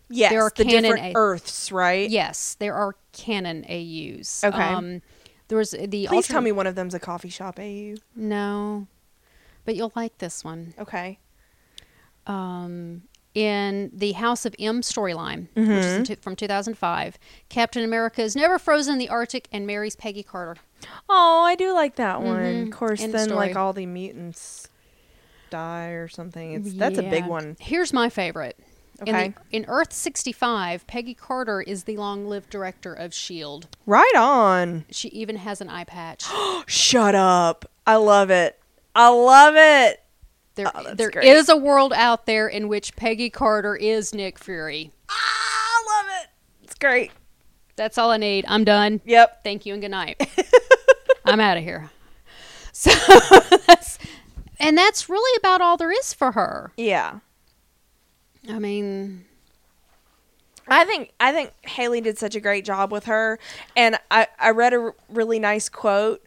Speaker 1: Yes.
Speaker 2: There are
Speaker 1: the
Speaker 2: canon
Speaker 1: different
Speaker 2: A-
Speaker 1: Earths, right?
Speaker 2: Yes, there are canon AUs.
Speaker 1: Okay.
Speaker 2: there was the.
Speaker 1: Please tell
Speaker 2: alternate-
Speaker 1: me one of them's a coffee shop AU.
Speaker 2: No, but you'll like this one.
Speaker 1: Okay.
Speaker 2: Um, in the House of M storyline, which
Speaker 1: Mm-hmm.
Speaker 2: is in two from 2005, Captain America is never frozen in the Arctic and marries Peggy Carter.
Speaker 1: Oh, I do like that one.
Speaker 2: Mhm.
Speaker 1: Of course,
Speaker 2: End of
Speaker 1: then like
Speaker 2: story.
Speaker 1: all the mutants die or something. It's that's a big
Speaker 2: Yeah.
Speaker 1: one.
Speaker 2: Here's my favorite. In,
Speaker 1: Okay.
Speaker 2: the, in Earth 65, Peggy Carter is the long-lived director of Shield.
Speaker 1: Right on.
Speaker 2: E She even has an eye patch.
Speaker 1: *gasps* Shut up. I love it. I love it.
Speaker 2: There, there
Speaker 1: Oh,
Speaker 2: is
Speaker 1: that's great.
Speaker 2: a world out there in which Peggy Carter is Nick Fury.
Speaker 1: Ah, I love it. It's great.
Speaker 2: That's all I need. I'm done.
Speaker 1: Yep.
Speaker 2: Thank you and
Speaker 1: *laughs*
Speaker 2: good night. I'm out of here. So, *laughs* that's, and that's really about all there is for her.
Speaker 1: Yeah.
Speaker 2: I mean,
Speaker 1: I think I think Haley did such a great job with her, and I I read a r- really nice quote.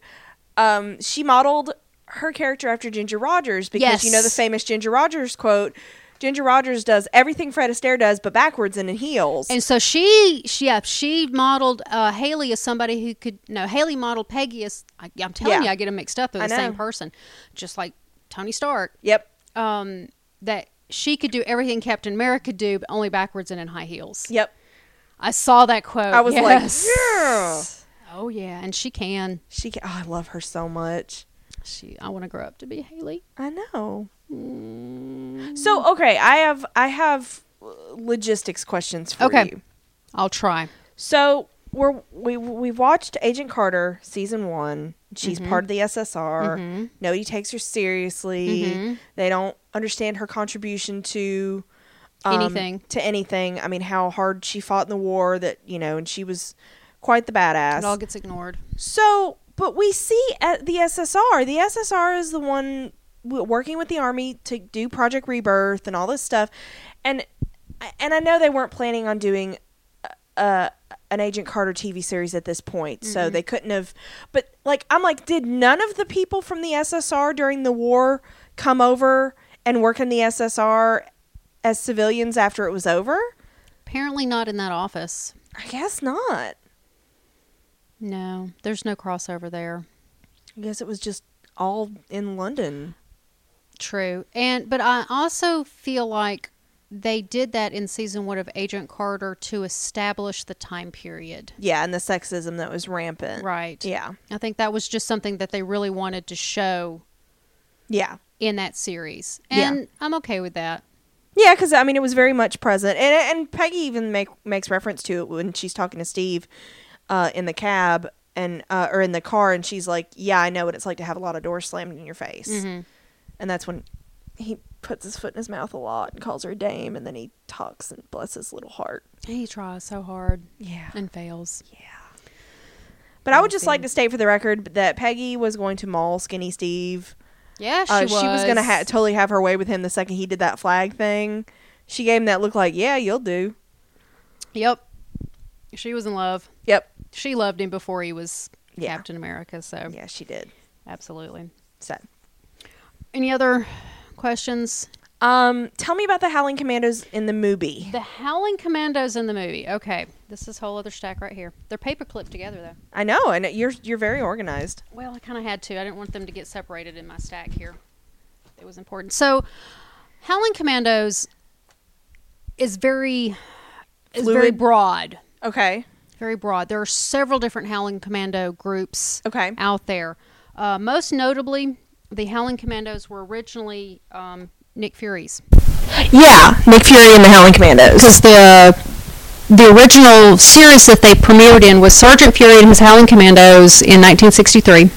Speaker 1: Um, she modeled her character after Ginger Rogers because you know the
Speaker 2: Yes.
Speaker 1: famous Ginger Rogers quote. Ginger Rogers does everything Fred Astaire does, but backwards and in heels.
Speaker 2: and so she, she yeah, she modeled uh, Haley as somebody who could. No, Haley modeled Peggy as. I, I'm telling
Speaker 1: Yeah.
Speaker 2: you, I get them mixed up. They're
Speaker 1: I
Speaker 2: the same
Speaker 1: know.
Speaker 2: person, just like Tony Stark.
Speaker 1: yep.
Speaker 2: Um, that she could do everything Captain America could do, but only backwards and in high heels.
Speaker 1: Yep.
Speaker 2: I saw that quote.
Speaker 1: I was
Speaker 2: yes.
Speaker 1: like,
Speaker 2: Oh yeah, and she can.
Speaker 1: yeah. She. Can, oh, I love her so much.
Speaker 2: She. I want to grow up to be Haley.
Speaker 1: I know.
Speaker 2: Mm.
Speaker 1: So okay, I have I have uh, logistics questions for
Speaker 2: Okay.
Speaker 1: you.
Speaker 2: I'll try.
Speaker 1: So we're we we watched Agent Carter season one. She's
Speaker 2: Mm-hmm.
Speaker 1: part of the SSR. Nobody takes her seriously.
Speaker 2: Mm-hmm.
Speaker 1: They don't understand her contribution to um,
Speaker 2: Anything.
Speaker 1: to anything. I mean, how hard she fought in the war. That you know, and she was quite the badass.
Speaker 2: It all gets ignored.
Speaker 1: So, but we see at the SSR, the SSR is the one w- working with the army to do Project Rebirth and all this stuff, and and I know they weren't planning on doing uh, an Agent Carter TV series at this point, so they couldn't have. But like, I'm like, did none of the people from the SSR during the war come over and work in the SSR as civilians after it was over?
Speaker 2: Apparently not in that office.
Speaker 1: I guess not.
Speaker 2: No, there's no crossover there.
Speaker 1: I guess it was just all in London.
Speaker 2: True. And but I also feel like they did that in season 1 of Agent Carter to establish the time period.
Speaker 1: Yeah, and the sexism that was rampant.
Speaker 2: Right.
Speaker 1: Uh, Yeah.
Speaker 2: I think that was just something that they really wanted to show
Speaker 1: Yeah.
Speaker 2: in that series.
Speaker 1: Yeah.
Speaker 2: And I'm okay with that.
Speaker 1: Yeah, because I mean, it was very much present, and and Peggy even make makes reference to it when she's talking to Steve, uh, in the cab and uh, or in the car, and she's like, "Yeah, I know what it's like to have a lot of doors slammed in your face," and that's when he puts his foot in his mouth a lot and calls her a dame, and then he talks and bless his little heart.
Speaker 2: He tries so hard
Speaker 1: Yeah.
Speaker 2: and fails.
Speaker 1: But I would just like to state for the record that Peggy was going to maul Skinny Steve.
Speaker 2: Yeah, she
Speaker 1: Uh,
Speaker 2: was.
Speaker 1: she was gonna ha- totally have her way with him the second he did that flag thing. She gave him that look like, yeah, you'll do.
Speaker 2: Yep. She was in love.
Speaker 1: Yep.
Speaker 2: She loved him before he was
Speaker 1: Yeah.
Speaker 2: Captain America, so
Speaker 1: Yeah, she did.
Speaker 2: absolutely.
Speaker 1: So,
Speaker 2: Any other questions?
Speaker 1: um, tell me about the Howling Commandos in the movie.
Speaker 2: The Howling Commandos in the movie. Okay. This is a whole other stack right here. They're paper clipped together though.
Speaker 1: I know, and you're you're very organized.
Speaker 2: Well, I kind of had to. I didn't want them to get separated in my stack here. It was important. So, Howling Commandos is very is very
Speaker 1: Fluid.
Speaker 2: broad.
Speaker 1: Okay.
Speaker 2: Very broad. There are several different Howling Commando groups
Speaker 1: Okay.
Speaker 2: out there. Uh, most notably, the Howling Commandos were originally um, Nick Fury's.
Speaker 1: Yeah, Nick Fury and the Howling Commandos.
Speaker 2: because the the original series that they premiered in was Sergeant Fury and His Howling Commandos in 1963.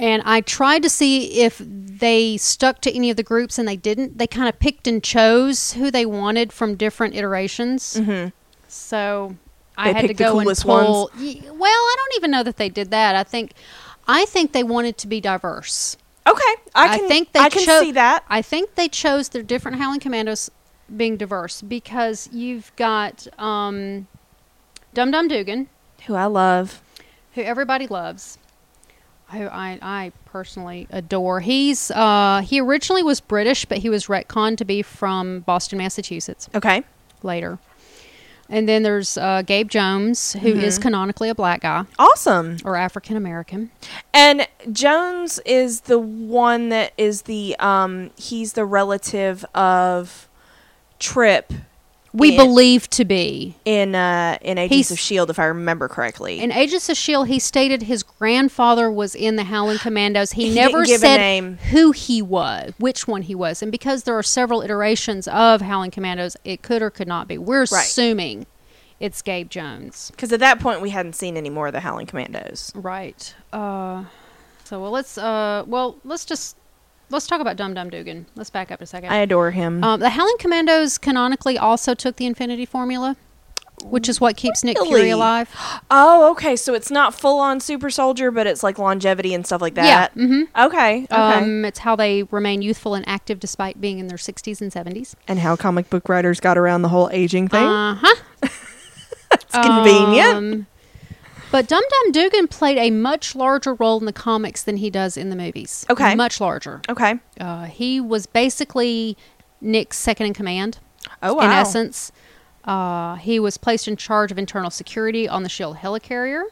Speaker 2: And I tried to see if they stuck to any of the groups, and they didn't. They kind of picked and chose who they wanted from different iterations.
Speaker 1: Mhm.
Speaker 2: So I
Speaker 1: They
Speaker 2: had to
Speaker 1: picked the
Speaker 2: go
Speaker 1: coolest
Speaker 2: and
Speaker 1: ones.
Speaker 2: pull. y- Well, I don't even know that they did that. I think I think they wanted to be diverse.
Speaker 1: Okay, I can. I,
Speaker 2: think they
Speaker 1: can
Speaker 2: cho-
Speaker 1: see that.
Speaker 2: I think they chose their different Howling Commandos being diverse because you've got um, Dum Dum Dugan,
Speaker 1: Who I love.
Speaker 2: who everybody loves, who I, I personally adore. He's uh, he originally was British, but he was retconned to be from Boston, Massachusetts
Speaker 1: Okay.
Speaker 2: later. And then there's uh, Gabe Jones, who is canonically a black guy
Speaker 1: Awesome.
Speaker 2: or African American.
Speaker 1: And Jones is the one that is the um he's the relative of Trip
Speaker 2: We
Speaker 1: Yeah.
Speaker 2: believe to be
Speaker 1: in uh in Agents
Speaker 2: He's-
Speaker 1: of Shield if I remember correctly.
Speaker 2: In Agents of S.H.I.E.L.D., E he stated his grandfather was in the Howling Commandos. He,
Speaker 1: He
Speaker 2: never
Speaker 1: didn't give a
Speaker 2: said
Speaker 1: name.
Speaker 2: who he was, which one he was. And because there are several iterations of Howling Commandos, it could or could not be. We're
Speaker 1: Right.
Speaker 2: assuming it's Gabe Jones.
Speaker 1: Cuz at that point we hadn't seen any more of the Howling Commandos.
Speaker 2: Right. Uh, so, well, let's, uh, well, let's just, let's talk about Dum Dum Dugan. Let's back up a second.
Speaker 1: I adore him.
Speaker 2: um, the Howling Commandos canonically also took the Infinity Formula, which is what keeps Nick Fury
Speaker 1: Really?
Speaker 2: alive.
Speaker 1: oh, okay. So it's not full on super soldier, but it's like longevity and stuff like
Speaker 2: Yeah,
Speaker 1: that.
Speaker 2: mhm.
Speaker 1: Okay. Okay.
Speaker 2: Um, it's how they remain youthful and active despite being in their 60s and 70s.
Speaker 1: and how comic book writers got around the whole aging thing.
Speaker 2: Uh um, huh.
Speaker 1: it's convenient.
Speaker 2: but Dum Dum Dugan played a much larger role in the comics than he does in the movies.
Speaker 1: Okay.
Speaker 2: Much larger.
Speaker 1: okay.
Speaker 2: Uh, he was basically Nick's second in command,
Speaker 1: Oh
Speaker 2: in
Speaker 1: wow.
Speaker 2: essence. Uh, he was placed in charge of internal security on the S.H.I.E.L.D. helicarrier.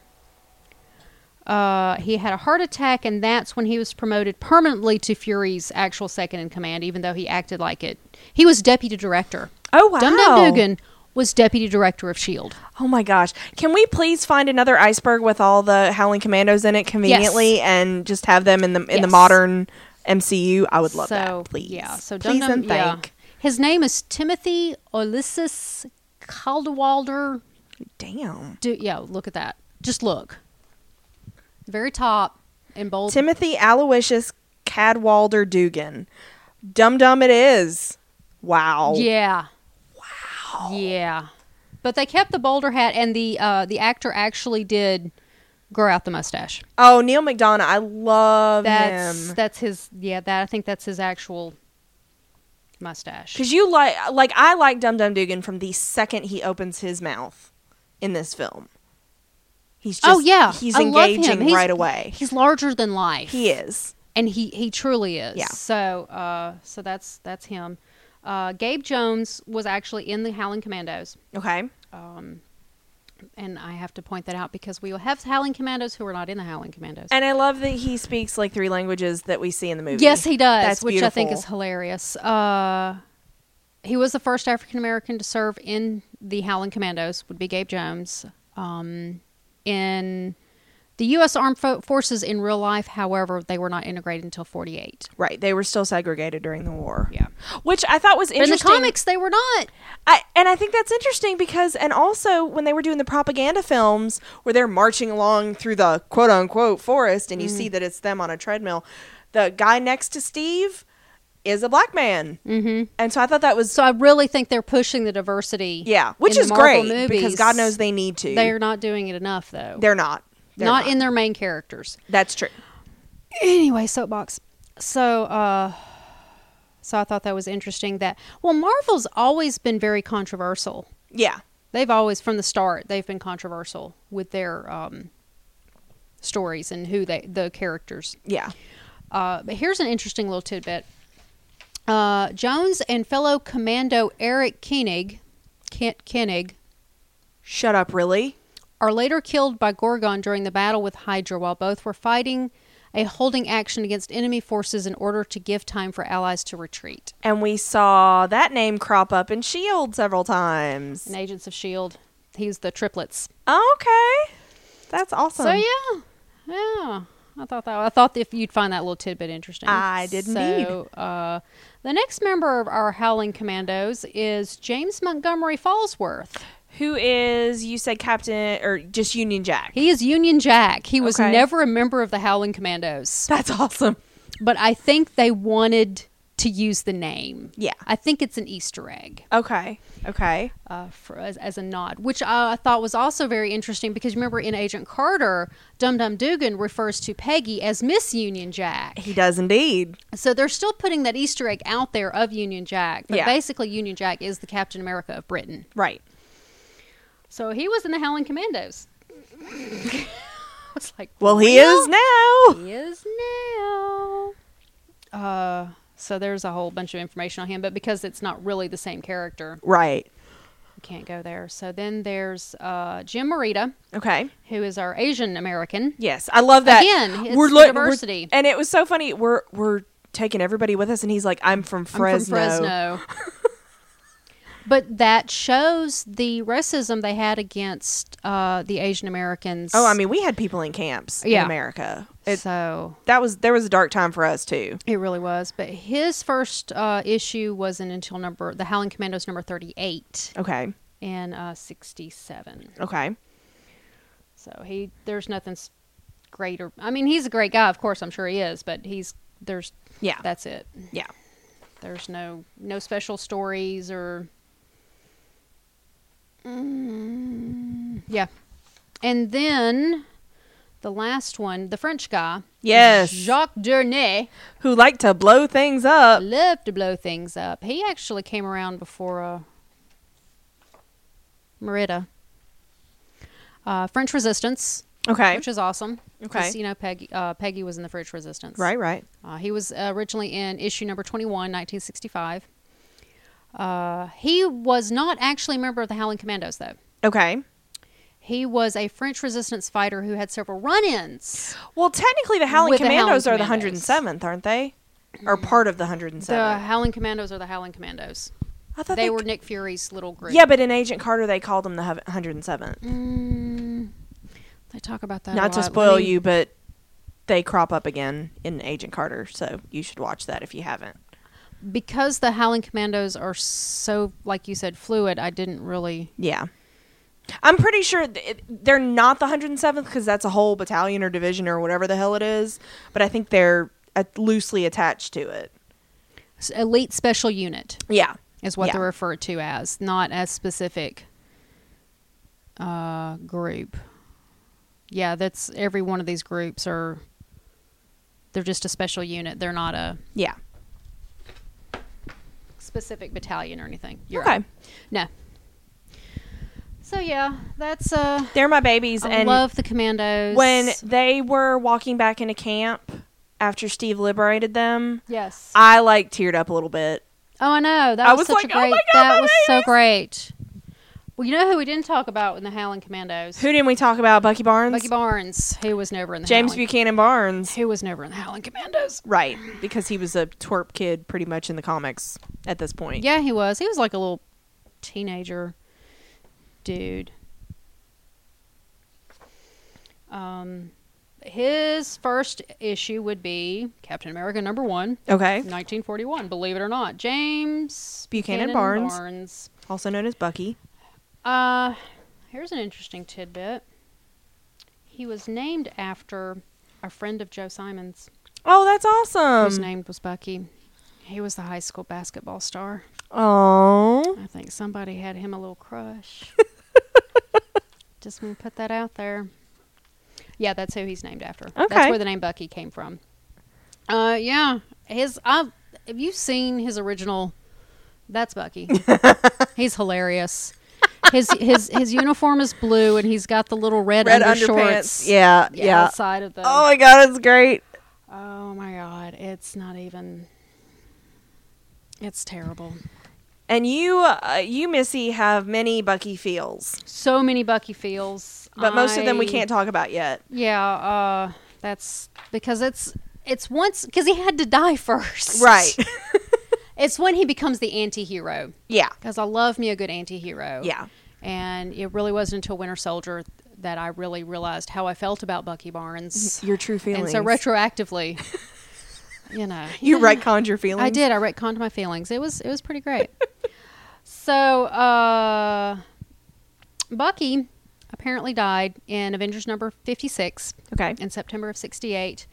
Speaker 2: Uh, he had a heart attack, and that's when he was promoted permanently to Fury's actual second in command, even though he acted like it. He was deputy director.
Speaker 1: Oh wow.
Speaker 2: Dum Dum Dugan was deputy director of S.H.I.E.L.D.
Speaker 1: Oh my gosh. Can we please find another iceberg with all the Howling Commandos in it conveniently and just have them in the in the
Speaker 2: Yes.
Speaker 1: modern MCU? I would love
Speaker 2: so,
Speaker 1: that. Please.
Speaker 2: Yeah, so Dum
Speaker 1: please
Speaker 2: Dum
Speaker 1: and
Speaker 2: yeah.
Speaker 1: thank.
Speaker 2: His name is Timothy Ulysses Caldwalder.
Speaker 1: Damn.
Speaker 2: Du- yeah, look at that. Just look. Very top in bold.
Speaker 1: Timothy Aloysius Cadwalder Dugan. Dum Dum it is. Wow.
Speaker 2: Yeah. Wow. Yeah. But they kept the boulder hat, and the uh, the actor actually did grow out the mustache.
Speaker 1: Oh, Neil McDonough. I love
Speaker 2: That's
Speaker 1: him.
Speaker 2: that's his. Yeah, that I think that's his actual mustache.
Speaker 1: Cause you like like I like Dum Dum Dugan from the second he opens his mouth in this film. He's just
Speaker 2: oh yeah,
Speaker 1: he's
Speaker 2: I love
Speaker 1: engaging
Speaker 2: him. He's-
Speaker 1: right away.
Speaker 2: He's larger than life.
Speaker 1: He is.
Speaker 2: and he he truly is.
Speaker 1: Yeah.
Speaker 2: So uh, so that's that's him. Uh, Gabe Jones was actually in the Howling Commandos,
Speaker 1: Okay.
Speaker 2: um, and I have to point that out because we will have Howling Commandos who are not in the Howling Commandos.
Speaker 1: And I love that he speaks like three languages that we see in the movie.
Speaker 2: Yes, he does,
Speaker 1: That's
Speaker 2: which I think is
Speaker 1: beautiful.
Speaker 2: hilarious. Uh, he was the first African American to serve in the Howling Commandos, would be Gabe Jones. Um, in the U.S. Armed Fo- Forces in real life, however, they were not integrated until 48.
Speaker 1: Right. They were still segregated during the war.
Speaker 2: Yeah.
Speaker 1: Which I thought was
Speaker 2: But in the
Speaker 1: interesting.
Speaker 2: comics, they were not.
Speaker 1: I, and I think that's interesting because, and also when they were doing the propaganda films where they're marching along through the quote unquote forest and you
Speaker 2: Mm-hmm.
Speaker 1: see that it's them on a treadmill, the guy next to Steve is a black man. Mm-hmm. And so I thought that was,
Speaker 2: So I really think they're pushing the diversity.
Speaker 1: yeah, which
Speaker 2: in the
Speaker 1: is
Speaker 2: Marvel
Speaker 1: great because God knows they need to.
Speaker 2: they're not doing it enough, though.
Speaker 1: They're not. They're
Speaker 2: not in their main characters.
Speaker 1: That's true.
Speaker 2: anyway, soapbox. So, uh, so I thought that was interesting. That well, Marvel's always been very controversial.
Speaker 1: Yeah.
Speaker 2: They've always, from the start, they've been controversial with their um, stories and who they the characters.
Speaker 1: Yeah.
Speaker 2: Uh, but here's an interesting little tidbit. Uh, Jones and fellow commando Eric Koenig, Kent Koenig,
Speaker 1: Shut up, really?
Speaker 2: are later killed by Gorgon during the battle with Hydra while both were fighting a holding action against enemy forces in order to give time for allies to retreat.
Speaker 1: And we saw that name crop up in S.H.I.E.L.D. E several times.
Speaker 2: And Agents of S.H.I.E.L.D., E he's the triplets.
Speaker 1: Okay. That's awesome.
Speaker 2: So, yeah. Yeah. I thought that I thought if you'd find that little tidbit interesting.
Speaker 1: I did
Speaker 2: So, uh, the next member of our Howling Commandos is James Montgomery Fallsworth.
Speaker 1: Who is, you said Captain, or just Union Jack?
Speaker 2: He is Union Jack. He was
Speaker 1: Okay.
Speaker 2: never a member of the Howling Commandos.
Speaker 1: That's awesome.
Speaker 2: but I think they wanted to use the name.
Speaker 1: Yeah.
Speaker 2: I think it's an Easter egg
Speaker 1: Okay. Okay.
Speaker 2: uh, for, as, as a nod, which I, I thought was also very interesting because remember in Agent Carter, Dum Dum Dugan refers to Peggy as Miss Union Jack.
Speaker 1: He does indeed.
Speaker 2: So they're still putting that Easter egg out there of Union Jack, but
Speaker 1: Yeah.
Speaker 2: basically Union Jack is the Captain America of Britain.
Speaker 1: Right.
Speaker 2: So he was in the Howling Commandos. *laughs* I was like,
Speaker 1: Well, he is now.
Speaker 2: He is now. Uh, so there's a whole bunch of information on him, but because it's not really the same character,
Speaker 1: Right.
Speaker 2: we can't go there. So then there's uh, Jim Morita,
Speaker 1: Okay.
Speaker 2: who is our Asian American.
Speaker 1: Yes, I love that.
Speaker 2: Again, it's
Speaker 1: look-
Speaker 2: diversity.
Speaker 1: and it was so funny. We're we're taking everybody with us, and he's like, "I'm from Fresno." *laughs*
Speaker 2: I'm from Fresno. but that shows the racism they had against uh, the Asian Americans.
Speaker 1: Oh, I mean, we had people in camps
Speaker 2: Yeah.
Speaker 1: in America. It,
Speaker 2: so
Speaker 1: that was there was a dark time for us too.
Speaker 2: it really was. But his first uh, issue wasn't until number the Howling Commandos number thirty-eight
Speaker 1: Okay,
Speaker 2: and uh, sixty-seven.
Speaker 1: okay,
Speaker 2: So he there's nothing s- greater. I mean, he's a great guy, of course, I'm sure he is, but he's there's
Speaker 1: Yeah.
Speaker 2: that's it.
Speaker 1: yeah,
Speaker 2: There's no no special stories or Mm, yeah. And then the last one, the French guy,
Speaker 1: Yes.
Speaker 2: Jacques Dernay,
Speaker 1: who like to blow things up?
Speaker 2: loved to blow things up. He actually came around before uh, Merida. Uh, French Resistance,
Speaker 1: Okay,
Speaker 2: which is awesome. 'cause,
Speaker 1: Okay.
Speaker 2: you know, Peggy, uh, Peggy was in the French Resistance.
Speaker 1: right, right.
Speaker 2: Uh, he was uh, originally in issue number 21, 1965. Uh, he was not actually a member of the Howling Commandos, though.
Speaker 1: Okay.
Speaker 2: He was a French resistance fighter who had several run ins.
Speaker 1: *gasps* Well, technically, the Howling
Speaker 2: With the Howling
Speaker 1: Commandos are
Speaker 2: Commandos.
Speaker 1: the 107th, aren't they? Or part of the 107th?
Speaker 2: The Howling Commandos are the Howling Commandos.
Speaker 1: I thought
Speaker 2: they were Nick Fury's little group.
Speaker 1: Yeah, but in Agent Carter, they called them the 107th.
Speaker 2: Mm, they talk about that. a
Speaker 1: Not to
Speaker 2: lot. Let
Speaker 1: spoil
Speaker 2: me-
Speaker 1: you, but they crop up again in Agent Carter, so you should watch that if you haven't.
Speaker 2: Because the Howling Commandos are so, like you said, fluid, I didn't really.
Speaker 1: Yeah. I'm pretty sure th- it- they're not the 107th because that's a whole battalion or division or whatever the hell it is, but I think they're uh, loosely attached to it.
Speaker 2: S- Elite Special Unit.
Speaker 1: Yeah.
Speaker 2: is what
Speaker 1: Yeah.
Speaker 2: they're referred to as, not as specific uh, group. Yeah, that's every one of these groups are. They're just a special unit. They're not a
Speaker 1: Yeah.
Speaker 2: specific battalion or anything. You're
Speaker 1: Okay.
Speaker 2: right. No. So yeah, that's uh.
Speaker 1: They're my babies.
Speaker 2: I
Speaker 1: and
Speaker 2: love the commandos.
Speaker 1: when they were walking back into camp after Steve liberated them,
Speaker 2: yes.
Speaker 1: I like teared up a little bit.
Speaker 2: oh, I know that
Speaker 1: I
Speaker 2: was,
Speaker 1: was
Speaker 2: such
Speaker 1: like,
Speaker 2: a
Speaker 1: "Oh my
Speaker 2: great.
Speaker 1: God,
Speaker 2: that
Speaker 1: my
Speaker 2: was so
Speaker 1: babies!"
Speaker 2: great. Well, you know who we didn't talk about in the Howling Commandos?
Speaker 1: Who didn't we talk about? Bucky Barnes?
Speaker 2: Bucky Barnes, who was never in the
Speaker 1: James
Speaker 2: Howling
Speaker 1: Buchanan Barnes.
Speaker 2: who was never in the Howling Commandos.
Speaker 1: Right, because he was a twerp kid pretty much in the comics at this point.
Speaker 2: Yeah, he was. He was like a little teenager dude. Um, his first issue would be Captain America number one,
Speaker 1: Okay.
Speaker 2: 1941. Believe it or not, James
Speaker 1: Buchanan Barnes.
Speaker 2: Barnes.
Speaker 1: Also known as Bucky.
Speaker 2: Uh, here's an interesting tidbit. He was named after a friend of Joe Simon's,
Speaker 1: Oh, that's
Speaker 2: whose
Speaker 1: awesome.
Speaker 2: name was Bucky. He was the high school basketball star.
Speaker 1: Oh.
Speaker 2: I think somebody had him a
Speaker 1: *laughs*
Speaker 2: little crush. Just want to put that out there. Yeah, that's who he's named after. That's
Speaker 1: Okay.
Speaker 2: where the name Bucky came from. Uh, yeah, his. I have you seen his original?
Speaker 1: *laughs*
Speaker 2: That's Bucky. he's hilarious. His his his uniform is blue, and he's got the little red,
Speaker 1: Red
Speaker 2: undershorts.
Speaker 1: underpants. Yeah, yeah.
Speaker 2: outside of the.
Speaker 1: Oh my god, it's great.
Speaker 2: Oh my god, it's not even. It's terrible.
Speaker 1: And you, uh, you Missy, have many Bucky feels,
Speaker 2: So many Bucky feels,
Speaker 1: but most of them we
Speaker 2: I-
Speaker 1: can't talk about yet.
Speaker 2: Yeah, uh, that's because it's it's once because he had to die *laughs* first,
Speaker 1: Right.
Speaker 2: It's when he becomes the anti-hero.
Speaker 1: yeah.
Speaker 2: Because I love me a good anti-hero.
Speaker 1: Yeah.
Speaker 2: And it really wasn't until Winter Soldier that I really realized how I felt about Bucky Barnes.
Speaker 1: *laughs* Your true
Speaker 2: And
Speaker 1: feelings.
Speaker 2: so *laughs* retroactively, you know,
Speaker 1: you retconned your feelings.
Speaker 2: I did. I retconned my feelings. It was it was pretty great. *laughs* so uh, Bucky apparently died in Avengers number fifty six
Speaker 1: Okay.
Speaker 2: in September of sixty eight,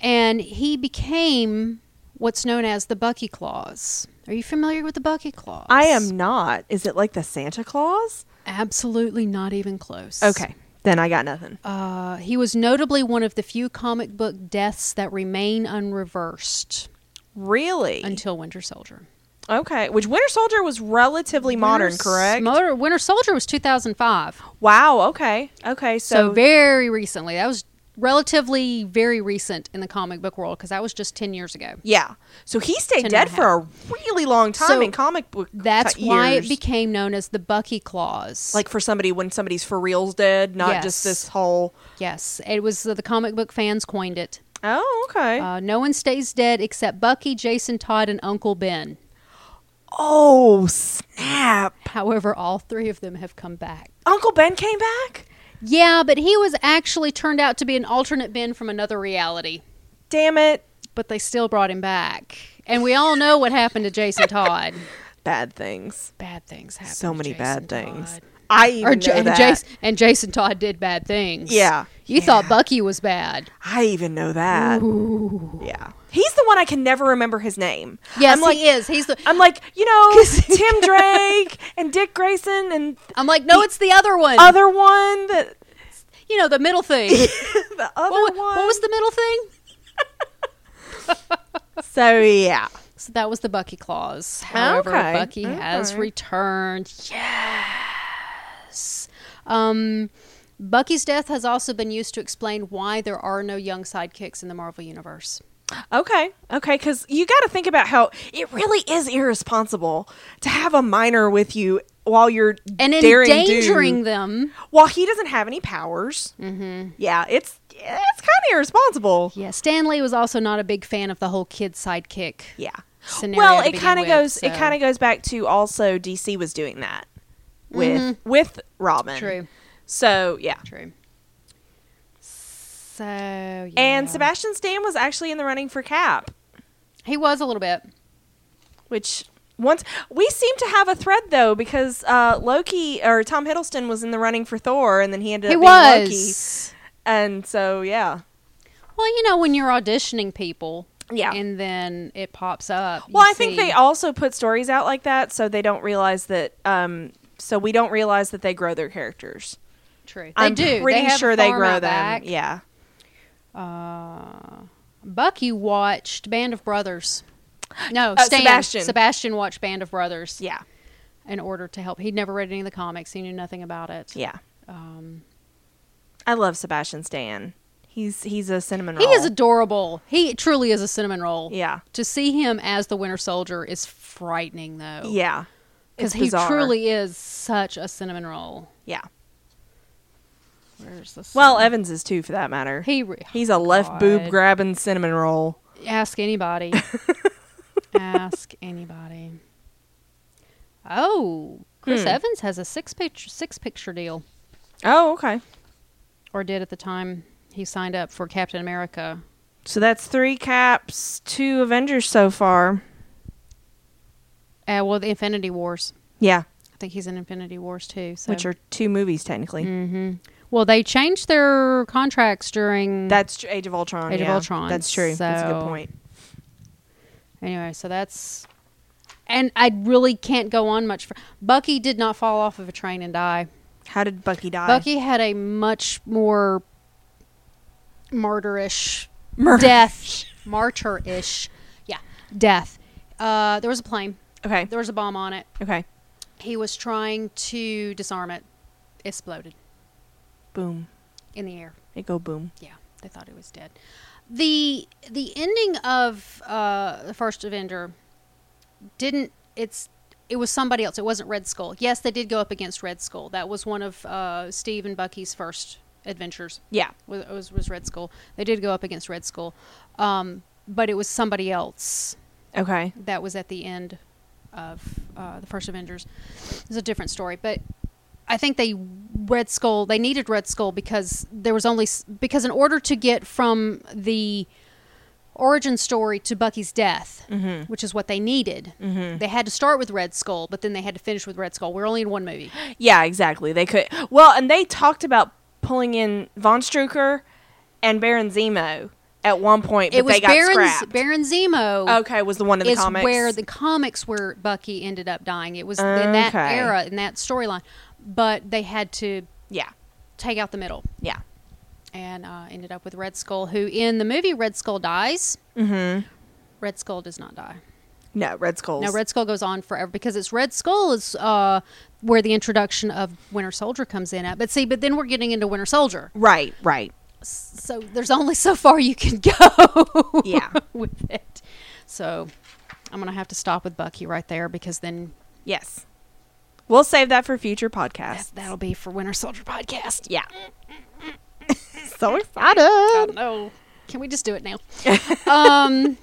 Speaker 2: and he became what's known as the Bucky Clause. Are you familiar with the Bucky Clause?
Speaker 1: I am not. Is it like the Santa Claus?
Speaker 2: absolutely not even close.
Speaker 1: Okay. Then I got nothing.
Speaker 2: Uh, he was notably one of the few comic book deaths that remain unreversed
Speaker 1: Really?
Speaker 2: until Winter Soldier.
Speaker 1: okay. Which Winter Soldier was relatively modern,
Speaker 2: Winter
Speaker 1: correct?
Speaker 2: Smo- Winter Soldier was 2005.
Speaker 1: wow. Okay. Okay.
Speaker 2: So,
Speaker 1: So,
Speaker 2: very recently. That was relatively very recent in the comic book world because that was just 10 years ago.
Speaker 1: yeah. So he stayed
Speaker 2: Ten
Speaker 1: dead
Speaker 2: and a
Speaker 1: for a really long time
Speaker 2: So
Speaker 1: in comic book.
Speaker 2: That's
Speaker 1: ti-
Speaker 2: why
Speaker 1: years.
Speaker 2: it became known as the Bucky Clause.
Speaker 1: like for somebody when somebody's for reals dead, not just
Speaker 2: Yes.
Speaker 1: this whole.
Speaker 2: yes, it was uh, the comic book fans coined it.
Speaker 1: Oh, okay.
Speaker 2: Uh, no one stays dead except Bucky, Jason Todd, and Uncle Ben.
Speaker 1: oh snap!
Speaker 2: However, all three of them have come back.
Speaker 1: Uncle Ben came back.
Speaker 2: Yeah, but he was actually turned out to be an alternate Ben from another reality.
Speaker 1: Damn it!
Speaker 2: But they still brought him back. And we all know what happened to Jason Todd.
Speaker 1: Bad things.
Speaker 2: Bad things happened.
Speaker 1: So
Speaker 2: to
Speaker 1: many
Speaker 2: Jason
Speaker 1: bad things.
Speaker 2: Todd.
Speaker 1: I even
Speaker 2: Or
Speaker 1: know
Speaker 2: J- and,
Speaker 1: that.
Speaker 2: Jason, and Jason Todd did bad things.
Speaker 1: Yeah.
Speaker 2: You thought Bucky was bad.
Speaker 1: I even know that. Yeah. He's the one I can never remember his name.
Speaker 2: Yes,
Speaker 1: I'm like,
Speaker 2: he is. He's the.
Speaker 1: I'm like, you know, Tim Drake and Dick Grayson and the
Speaker 2: I'm like, no, it's the other one.
Speaker 1: other one that
Speaker 2: you know, the middle thing. what,
Speaker 1: *laughs* the other
Speaker 2: wa-
Speaker 1: one.
Speaker 2: what was the middle thing?
Speaker 1: So yeah.
Speaker 2: So that was the Bucky clause. However,
Speaker 1: Okay.
Speaker 2: Bucky has
Speaker 1: Okay.
Speaker 2: returned. Yes. Um, Bucky's death has also been used to explain why there are no young sidekicks in the Marvel universe.
Speaker 1: Okay. Okay, cuz you got to think about how it really is irresponsible to have a minor with you while you're
Speaker 2: And
Speaker 1: daring
Speaker 2: endangering
Speaker 1: do-
Speaker 2: them.
Speaker 1: while he doesn't have any powers. Mm-hmm. Yeah, it's it's kind of irresponsible.
Speaker 2: Yeah, Stanley was also not a big fan of the whole kid sidekick
Speaker 1: Yeah.
Speaker 2: scenario.
Speaker 1: Well,
Speaker 2: to
Speaker 1: it
Speaker 2: begin
Speaker 1: kind of
Speaker 2: with,
Speaker 1: goes. It
Speaker 2: so-
Speaker 1: kind of goes back to also DC was doing that with with Robin.
Speaker 2: Mm-hmm. True.
Speaker 1: So yeah.
Speaker 2: True. So yeah.
Speaker 1: And Sebastian Stan was actually in the running for Cap,
Speaker 2: he was a little bit.
Speaker 1: which once we seem to have a thread though because uh, Loki or Tom Hiddleston was in the running for Thor, and then he ended
Speaker 2: He
Speaker 1: up being
Speaker 2: was.
Speaker 1: Loki. And so yeah,
Speaker 2: Well, you know when you're auditioning people,
Speaker 1: yeah.
Speaker 2: and then it pops up. you
Speaker 1: well, I think
Speaker 2: see.
Speaker 1: they also put stories out like that, so they don't realize that. Um, so we don't realize that they grow their characters.
Speaker 2: True. They
Speaker 1: I'm
Speaker 2: do.
Speaker 1: pretty
Speaker 2: have
Speaker 1: sure they
Speaker 2: farm
Speaker 1: grow them.
Speaker 2: out back.
Speaker 1: Yeah.
Speaker 2: Uh, Bucky watched Band
Speaker 1: *gasps*
Speaker 2: of Brothers. No,
Speaker 1: Uh,
Speaker 2: Stan,
Speaker 1: Sebastian.
Speaker 2: Sebastian watched Band of Brothers.
Speaker 1: Yeah.
Speaker 2: In order to help, he'd never read any of the comics. He knew nothing about it.
Speaker 1: Yeah.
Speaker 2: Um,
Speaker 1: I love Sebastian Stan. He's he's a cinnamon
Speaker 2: he
Speaker 1: roll.
Speaker 2: is adorable. He truly is a cinnamon roll.
Speaker 1: Yeah.
Speaker 2: To see him as the Winter Soldier is frightening, though.
Speaker 1: Yeah.
Speaker 2: Because
Speaker 1: It's
Speaker 2: he
Speaker 1: bizarre.
Speaker 2: truly is such a cinnamon roll.
Speaker 1: Yeah.
Speaker 2: Where's this?
Speaker 1: Well, Evans is too for that matter.
Speaker 2: uh, he re-
Speaker 1: he's a left
Speaker 2: God.
Speaker 1: boob grabbing cinnamon roll. *laughs*
Speaker 2: Ask anybody. Ask anybody. Oh, Chris
Speaker 1: Hmm.
Speaker 2: Evans has a six picture six picture deal,
Speaker 1: Oh, okay.
Speaker 2: or did at the time he signed up for Captain America.
Speaker 1: So that's three caps, two Avengers so far.
Speaker 2: Uh, well, the Infinity Wars.
Speaker 1: Yeah.
Speaker 2: I think he's in Infinity Wars too. So.
Speaker 1: Which are two movies technically.
Speaker 2: hmm Well, they changed their contracts during.
Speaker 1: That's tr- Age of Ultron.
Speaker 2: Age of
Speaker 1: yeah.
Speaker 2: Ultron,
Speaker 1: That's true. That's a good
Speaker 2: so-
Speaker 1: point.
Speaker 2: anyway, so that's. And I really can't go on much. For, Bucky did not fall off of a train and die.
Speaker 1: How did Bucky die?
Speaker 2: Bucky had a much more martyrish
Speaker 1: Mur-
Speaker 2: death, martyrish, yeah, death. Uh, there was a plane.
Speaker 1: Okay.
Speaker 2: There was a bomb on it.
Speaker 1: Okay.
Speaker 2: He was trying to disarm it. Exploded
Speaker 1: Boom.
Speaker 2: in the air.
Speaker 1: It go boom.
Speaker 2: Yeah, they thought he was dead. the The ending of uh, the first Avenger didn't. It's it was somebody else. It wasn't Red Skull. Yes, they did go up against Red Skull. That was one of uh, Steve and Bucky's first adventures.
Speaker 1: Yeah.
Speaker 2: Was, was was Red Skull. They did go up against Red Skull, um, but it was somebody else
Speaker 1: Okay.
Speaker 2: that was at the end of uh, the first Avengers. It's a different story, but I think they Red Skull. They needed Red Skull because there was only s- because in order to get from the origin story to Bucky's death,
Speaker 1: Mm-hmm.
Speaker 2: which is what they needed, they had to start with Red Skull, but then they had to finish with Red Skull. We're only in one movie.
Speaker 1: Yeah, exactly. They could. Well, and they talked about pulling in Von Strucker and Baron Zemo at one point, *gasps* but
Speaker 2: it was
Speaker 1: they got
Speaker 2: Baron
Speaker 1: scrapped.
Speaker 2: Baron Zemo.
Speaker 1: okay, was the one in the
Speaker 2: is
Speaker 1: comics.
Speaker 2: where the comics where Bucky ended up dying. It was in that
Speaker 1: Okay.
Speaker 2: era, in that storyline. But they had to
Speaker 1: yeah,
Speaker 2: take out the middle
Speaker 1: yeah,
Speaker 2: and uh, ended up with Red Skull, who in the movie Red Skull dies. Mm-hmm. Red Skull does not die.
Speaker 1: no, Red Skulls.
Speaker 2: Now Red Skull goes on forever because it's Red Skull is uh, where the introduction of Winter Soldier comes in at. But see, but then we're getting into Winter Soldier,
Speaker 1: Right, right.
Speaker 2: so there's only so far you can *laughs* go.
Speaker 1: Yeah.
Speaker 2: *laughs* with it. So I'm gonna have to stop with Bucky right there because then
Speaker 1: Yes, we'll save that for future podcasts.
Speaker 2: that'll be for Winter Soldier podcast.
Speaker 1: yeah. *laughs* so excited.
Speaker 2: No, can we just do it now? um,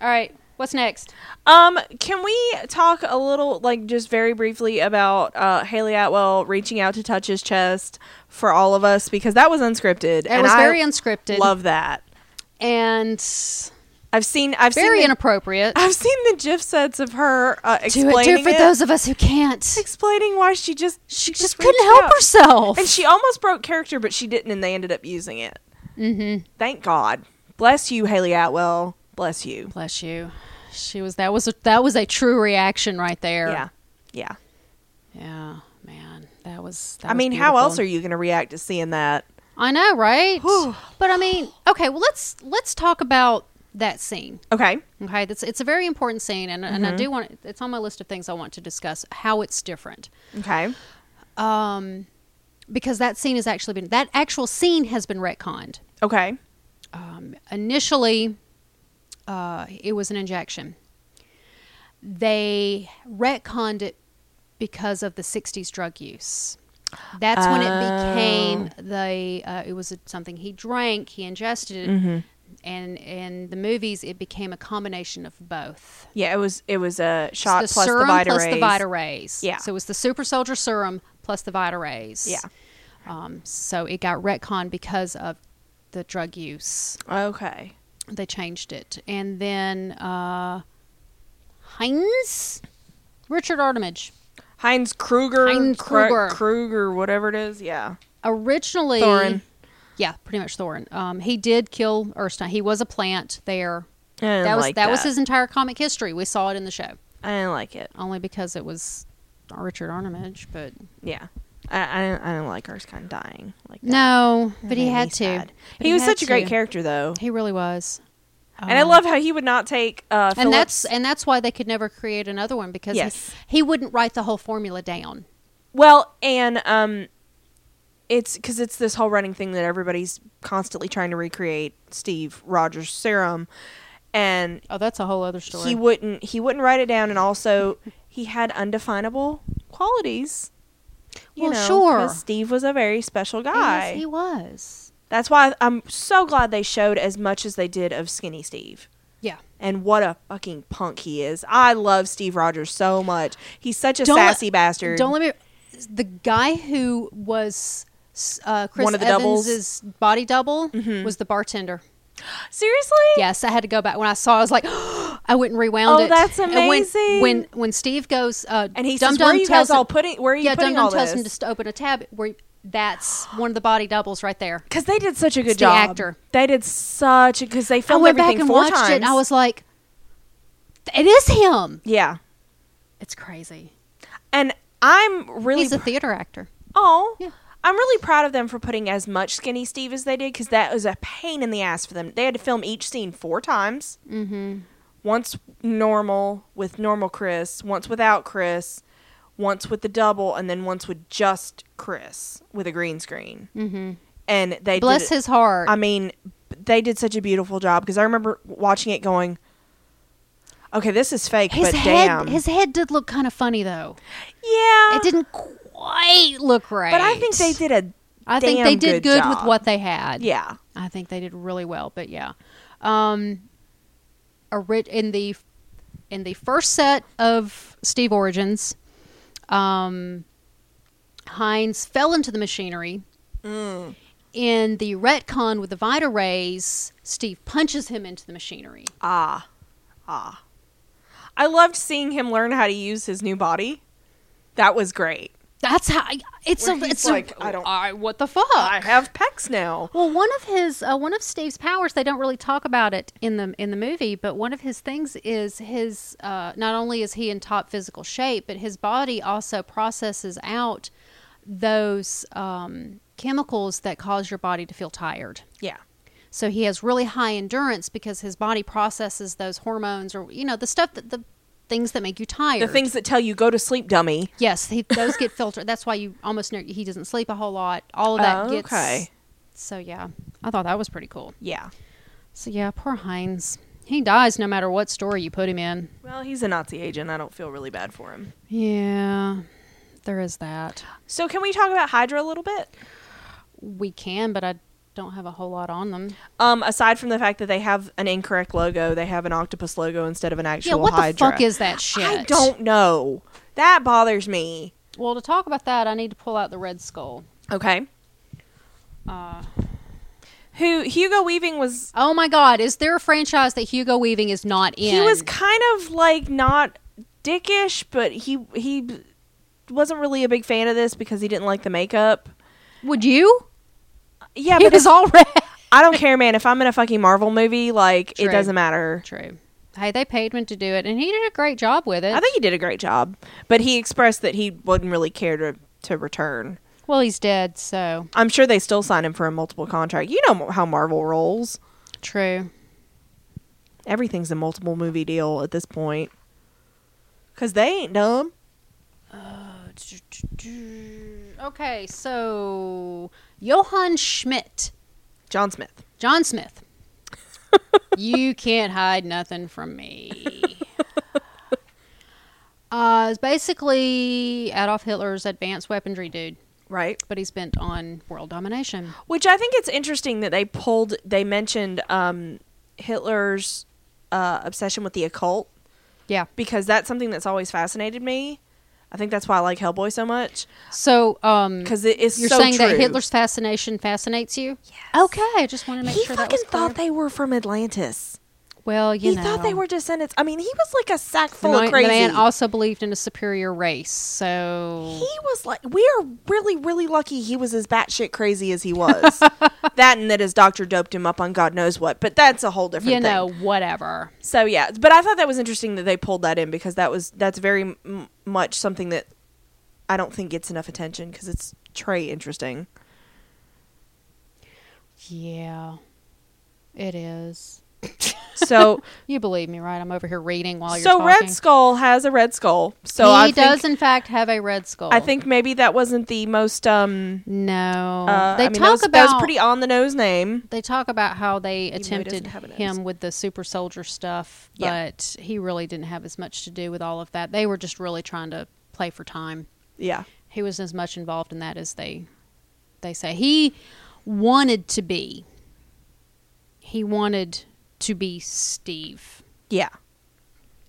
Speaker 2: all right. What's next?
Speaker 1: Um, can we talk a little, like, just very briefly about uh, Haley Atwell reaching out to touch his chest for all of us because that was unscripted.
Speaker 2: It was very unscripted.
Speaker 1: Love that.
Speaker 2: and
Speaker 1: I've seen. I've
Speaker 2: very
Speaker 1: seen. The,
Speaker 2: inappropriate.
Speaker 1: I've seen the gif sets of her uh,
Speaker 2: Do
Speaker 1: explaining
Speaker 2: it, do it for
Speaker 1: it,
Speaker 2: those of us who can't.
Speaker 1: explaining why she just
Speaker 2: She just
Speaker 1: reached
Speaker 2: couldn't help
Speaker 1: out.
Speaker 2: herself.
Speaker 1: and she almost broke character, but she didn't, and they ended up using it. Mm-hmm. Thank God. Bless you, Haley Atwell. Bless you.
Speaker 2: Bless you. She was that was a that was a true reaction right there.
Speaker 1: Yeah, yeah.
Speaker 2: Yeah, man. That was that
Speaker 1: I mean, how else are you going to react to seeing that?
Speaker 2: I know, right?
Speaker 1: Whew.
Speaker 2: But I mean, okay, well let's let's talk about that scene.
Speaker 1: Okay.
Speaker 2: Okay, that's it's a very important scene and, and
Speaker 1: Mm-hmm.
Speaker 2: I do want it's on my list of things I want to discuss how it's different.
Speaker 1: Okay.
Speaker 2: Um because that scene has actually been that actual scene has been retconned.
Speaker 1: Okay.
Speaker 2: um, initially uh, it was an injection they retconned it because of the 60s drug use that's when it became the uh, it was something he drank he ingested it, and in the movies it became a combination of both
Speaker 1: Yeah, it was it was a
Speaker 2: It's
Speaker 1: shot
Speaker 2: the
Speaker 1: plus
Speaker 2: serum
Speaker 1: the Vita
Speaker 2: plus the
Speaker 1: Rays.
Speaker 2: Vita Rays.
Speaker 1: Yeah.
Speaker 2: so it was the super soldier serum plus the Vita Rays.
Speaker 1: Yeah.
Speaker 2: um, so it got retconned because of the drug use
Speaker 1: Okay.
Speaker 2: they changed it. And then uh Heinz Richard Artemage.
Speaker 1: Heinz Kruger,
Speaker 2: Heinz
Speaker 1: Kru-
Speaker 2: Kruger.
Speaker 1: Kruger, whatever it is. Yeah.
Speaker 2: Originally
Speaker 1: Thorin.
Speaker 2: Yeah, pretty much Thorin. Um he did kill Erstein. He was a plant there.
Speaker 1: I didn't
Speaker 2: That was
Speaker 1: like
Speaker 2: that, was his entire comic history. We saw it in the show.
Speaker 1: I didn't like it.
Speaker 2: Only because it was Richard Artemage, but
Speaker 1: Yeah. I I, didn't- I didn't like Erskine dying like that.
Speaker 2: no, but he
Speaker 1: Made me
Speaker 2: had to.
Speaker 1: sad.
Speaker 2: But
Speaker 1: He, was
Speaker 2: had
Speaker 1: such a great
Speaker 2: to.
Speaker 1: character though,
Speaker 2: He really was.
Speaker 1: and I love how he would not take. Uh,
Speaker 2: And that's
Speaker 1: Phillips-
Speaker 2: and that's why they could never create another one because he-
Speaker 1: Yes.
Speaker 2: he wouldn't write the whole formula down.
Speaker 1: well, and um, it's because it's this whole running thing that everybody's constantly trying to recreate Steve Rogers serum, and
Speaker 2: Oh, that's a whole other story.
Speaker 1: he wouldn't he wouldn't write it down and also he had undefinable qualities you
Speaker 2: Well,
Speaker 1: know,
Speaker 2: sure.
Speaker 1: 'cause steve was a very special guy
Speaker 2: Yes, he was.
Speaker 1: that's why i'm so glad they showed as much as they did of skinny steve
Speaker 2: Yeah.
Speaker 1: and what a fucking punk he is i love steve rogers so much he's such a
Speaker 2: Don't let-
Speaker 1: sassy bastard
Speaker 2: Don't let me. The guy who was uh, Chris
Speaker 1: One of the doubles? Mm-hmm.
Speaker 2: Evans's body double was the bartender.
Speaker 1: seriously
Speaker 2: Yes, I had to go back when I saw. I was like, *gasps* I went and rewound
Speaker 1: Oh,
Speaker 2: it.
Speaker 1: that's
Speaker 2: And when-
Speaker 1: amazing.
Speaker 2: When when, Steve goes, uh,
Speaker 1: and he
Speaker 2: Dum
Speaker 1: says where are
Speaker 2: Dum
Speaker 1: you
Speaker 2: tells
Speaker 1: guys all
Speaker 2: him-
Speaker 1: putting where are you
Speaker 2: yeah,
Speaker 1: putting
Speaker 2: Dum Dum
Speaker 1: all
Speaker 2: tells
Speaker 1: this
Speaker 2: him to st- open a tab. Where
Speaker 1: *gasps*
Speaker 2: that's one of the body doubles right there.
Speaker 1: because they did such a good
Speaker 2: the
Speaker 1: job
Speaker 2: actor.
Speaker 1: they did such because they
Speaker 2: I
Speaker 1: filmed
Speaker 2: went back
Speaker 1: everything
Speaker 2: and
Speaker 1: four
Speaker 2: watched
Speaker 1: times
Speaker 2: it, and I was like, it is him.
Speaker 1: yeah
Speaker 2: It's crazy.
Speaker 1: and i'm really
Speaker 2: He's a theater actor.
Speaker 1: Oh.
Speaker 2: Yeah.
Speaker 1: I'm really proud of them for putting as much skinny Steve as they did because that was a pain in the ass for them. They had to film each scene four times. Mm-hmm. Once normal with normal Chris, once without Chris, once with the double, and then once with just Chris with a green screen. Mm-hmm. And they
Speaker 2: Bless
Speaker 1: did,
Speaker 2: his heart.
Speaker 1: I mean, they did such a beautiful job because I remember watching it going, Okay, this is fake,
Speaker 2: His
Speaker 1: but
Speaker 2: head,
Speaker 1: damn.
Speaker 2: his head did look kind of funny though.
Speaker 1: yeah.
Speaker 2: It didn't quite look right.
Speaker 1: But I think they did a
Speaker 2: I think
Speaker 1: damn
Speaker 2: they did
Speaker 1: good
Speaker 2: good,
Speaker 1: job.
Speaker 2: with what they had.
Speaker 1: yeah.
Speaker 2: I think they did really well. But yeah, um, ori- in the in the first set of Steve Origins, um, Hines fell into the machinery.
Speaker 1: Mm.
Speaker 2: In the retcon with the Vita Rays, Steve punches him into the machinery.
Speaker 1: Ah. Ah. I loved seeing him learn how to use his new body. That was great.
Speaker 2: That's how I, it's
Speaker 1: Where
Speaker 2: a
Speaker 1: he's
Speaker 2: it's
Speaker 1: like,
Speaker 2: I
Speaker 1: "I don't-
Speaker 2: I, what the fuck
Speaker 1: I have pecs now.
Speaker 2: Well, one of his uh, one of Steve's powers they don't really talk about it in the in the movie, but one of his things is his uh, not only is he in top physical shape, but his body also processes out those um, chemicals that cause your body to feel tired.
Speaker 1: Yeah.
Speaker 2: So he has really high endurance because his body processes those hormones or you know the stuff that the things that make you tired.
Speaker 1: The things that tell you go to sleep, dummy.
Speaker 2: Yes, he, those get filtered. That's why you almost know he doesn't sleep a whole lot. All of that
Speaker 1: Oh,
Speaker 2: gets.
Speaker 1: okay.
Speaker 2: So yeah, I thought that was pretty cool.
Speaker 1: Yeah.
Speaker 2: So yeah, poor Heinz. He dies no matter what story you put him in.
Speaker 1: Well, he's a Nazi agent. I don't feel really bad for him.
Speaker 2: Yeah, there is that.
Speaker 1: So, can we talk about Hydra a little bit?
Speaker 2: We can, but I don't have a whole lot on them.
Speaker 1: Um, aside from the fact that they have an incorrect logo, they have an octopus logo instead of an actual
Speaker 2: yeah, what
Speaker 1: Hydra.
Speaker 2: the fuck is that shit?
Speaker 1: I don't know. That bothers me.
Speaker 2: Well, to talk about that, I need to pull out the Red Skull.
Speaker 1: Okay.
Speaker 2: Uh,
Speaker 1: Who Hugo Weaving was
Speaker 2: oh my God, is there a franchise that Hugo Weaving is not in?
Speaker 1: he was kind of like not dickish, but he he wasn't really a big fan of this because he didn't like the makeup.
Speaker 2: Would you?
Speaker 1: Yeah,
Speaker 2: he
Speaker 1: but
Speaker 2: was all red.
Speaker 1: I don't care, man. If I'm in a fucking Marvel movie, like
Speaker 2: True.
Speaker 1: it doesn't matter.
Speaker 2: True. Hey, they paid him to do it, and he did a great job with it.
Speaker 1: I think he did a great job, but he expressed that he wouldn't really care to to return.
Speaker 2: well, he's dead, so
Speaker 1: I'm sure they still sign him for a multiple contract. You know how Marvel rolls.
Speaker 2: true.
Speaker 1: Everything's a multiple movie deal at this point. Cause they ain't dumb.
Speaker 2: Uh, Okay, so Johann Schmidt,
Speaker 1: John Smith.
Speaker 2: John Smith.
Speaker 1: *laughs*
Speaker 2: you can't hide nothing from me. *laughs* Uh, is basically Adolf Hitler's advanced weaponry dude,
Speaker 1: Right.
Speaker 2: but he's bent on world domination.
Speaker 1: Which I think it's interesting that they pulled, they mentioned um, Hitler's uh, obsession with the occult
Speaker 2: Yeah.
Speaker 1: because that's something that's always fascinated me. I think that's why I like Hellboy so much
Speaker 2: So, um,
Speaker 1: because it is
Speaker 2: you're
Speaker 1: so
Speaker 2: saying that
Speaker 1: true.
Speaker 2: Hitler's fascination fascinates you? Yes. Okay, I just want to make
Speaker 1: he
Speaker 2: sure that
Speaker 1: fucking
Speaker 2: was clear.
Speaker 1: thought they were from Atlantis.
Speaker 2: Well, you
Speaker 1: he
Speaker 2: know,
Speaker 1: thought they were descendants. I mean, he was like a sack
Speaker 2: The
Speaker 1: full
Speaker 2: man-
Speaker 1: of crazy.
Speaker 2: The man also believed in a superior race, so
Speaker 1: he was like, we are really, really lucky he was as batshit crazy as he
Speaker 2: *laughs*
Speaker 1: was. that and that his doctor doped him up on God knows what, but that's a whole different thing.
Speaker 2: you know, whatever.
Speaker 1: So yeah, but I thought that was interesting that they pulled that in because that was that's very m- much something that I don't think gets enough attention because it's Trey *laughs* interesting.
Speaker 2: Yeah, it is.
Speaker 1: So
Speaker 2: You believe me, right? I'm over here reading while you're
Speaker 1: so
Speaker 2: talking.
Speaker 1: Red Skull has a Red Skull. So
Speaker 2: he
Speaker 1: I think,
Speaker 2: does, in fact, have a red skull.
Speaker 1: I think maybe that wasn't the most um.
Speaker 2: no.
Speaker 1: Uh,
Speaker 2: they
Speaker 1: I mean,
Speaker 2: talk
Speaker 1: that was,
Speaker 2: about
Speaker 1: that was pretty on the nose name.
Speaker 2: They talk about how they
Speaker 1: doesn't
Speaker 2: attempted
Speaker 1: have a nose.
Speaker 2: him with the super soldier stuff,
Speaker 1: Yeah.
Speaker 2: but he really didn't have as much to do with all of that. They were just really trying to play for time.
Speaker 1: Yeah,
Speaker 2: He was as much involved in that as they they say he wanted to be. He wanted to be Steve.
Speaker 1: yeah.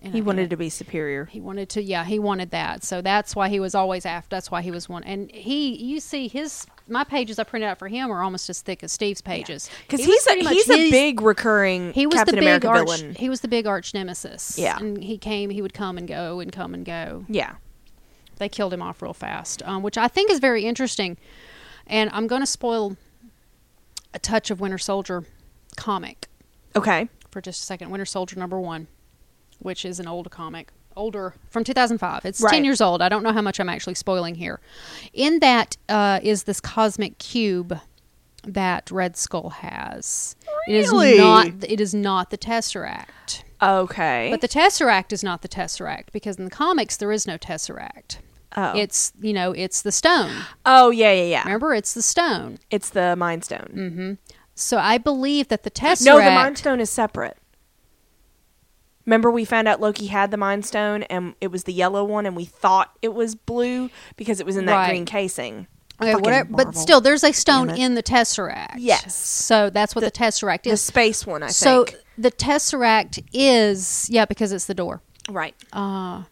Speaker 2: And
Speaker 1: He
Speaker 2: I-
Speaker 1: wanted to be superior.
Speaker 2: He wanted to, yeah, he wanted that. So that's why he was always after. That's why he was one. And he, you see, his my pages I printed out for him are almost as thick as Steve's pages
Speaker 1: Because
Speaker 2: He was
Speaker 1: he's a,
Speaker 2: pretty much
Speaker 1: he's
Speaker 2: his-
Speaker 1: a big recurring
Speaker 2: He was
Speaker 1: Captain
Speaker 2: the big
Speaker 1: America
Speaker 2: arch.
Speaker 1: villain.
Speaker 2: He was the big arch nemesis.
Speaker 1: Yeah.
Speaker 2: and he came. He would come and go and come and go.
Speaker 1: Yeah,
Speaker 2: They killed him off real fast, um, which I think is very interesting. And I'm going to spoil a touch of Winter Soldier comic
Speaker 1: okay.
Speaker 2: for just a second. Winter Soldier number one, which is an old comic, older from 2005. It's 10
Speaker 1: Right.
Speaker 2: years old. I don't know how much I'm actually spoiling here. In that uh, is this cosmic cube that Red Skull has. It
Speaker 1: Really?
Speaker 2: is not. It is not the Tesseract.
Speaker 1: Okay.
Speaker 2: But the Tesseract is not the Tesseract because in the comics there is no Tesseract.
Speaker 1: Oh.
Speaker 2: It's you know it's the stone.
Speaker 1: oh yeah yeah yeah.
Speaker 2: Remember, it's the stone.
Speaker 1: It's the Mind Stone.
Speaker 2: So I believe that the Tesseract.
Speaker 1: No, the Mind Stone is separate. Remember, we found out Loki had the Mind Stone, and it was the yellow one, and we thought it was blue because it was in that
Speaker 2: Right.
Speaker 1: green casing.
Speaker 2: Okay,
Speaker 1: Fucking
Speaker 2: whatever, but
Speaker 1: Marvel.
Speaker 2: still, there's a stone
Speaker 1: Damn it.
Speaker 2: in the Tesseract.
Speaker 1: Yes.
Speaker 2: So that's what the, Tesseract
Speaker 1: the
Speaker 2: is.
Speaker 1: space one, I
Speaker 2: so
Speaker 1: think.
Speaker 2: the Tesseract is, yeah, because it's the door,
Speaker 1: Right.
Speaker 2: uh,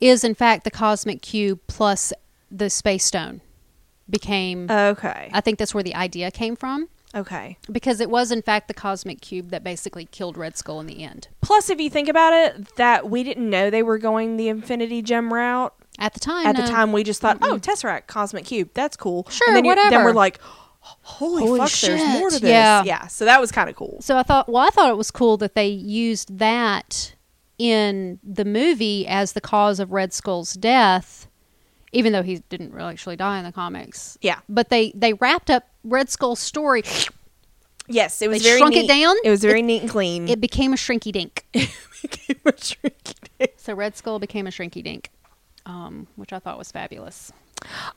Speaker 2: is in fact the cosmic cube plus the space stone became,
Speaker 1: Okay.
Speaker 2: I think that's where the idea came from.
Speaker 1: Okay.
Speaker 2: Because it was in fact the cosmic cube that basically killed Red Skull in the end.
Speaker 1: Plus, if you think about it, that we didn't know they were going the Infinity Gem route
Speaker 2: At the time,
Speaker 1: at the
Speaker 2: no.
Speaker 1: time. We just thought, oh, Tesseract, Cosmic Cube, that's cool.
Speaker 2: Sure,
Speaker 1: and then you- then
Speaker 2: whatever.
Speaker 1: we're like, holy,
Speaker 2: Holy
Speaker 1: fuck, there's more to
Speaker 2: shit,
Speaker 1: this.
Speaker 2: yeah.
Speaker 1: yeah. So that was kind of cool.
Speaker 2: So I thought, well, I thought it was cool that they used that in the movie as the cause of Red Skull's death, even though he didn't really actually die in the comics.
Speaker 1: Yeah.
Speaker 2: But they they wrapped up Red Skull's story.
Speaker 1: Yes, it was
Speaker 2: They
Speaker 1: very
Speaker 2: shrunk it
Speaker 1: neat.
Speaker 2: down?
Speaker 1: It was very neat and clean.
Speaker 2: It became a shrinky dink. *laughs*
Speaker 1: became a shrinky dink.
Speaker 2: so Red Skull became a shrinky dink, um, which I thought was fabulous.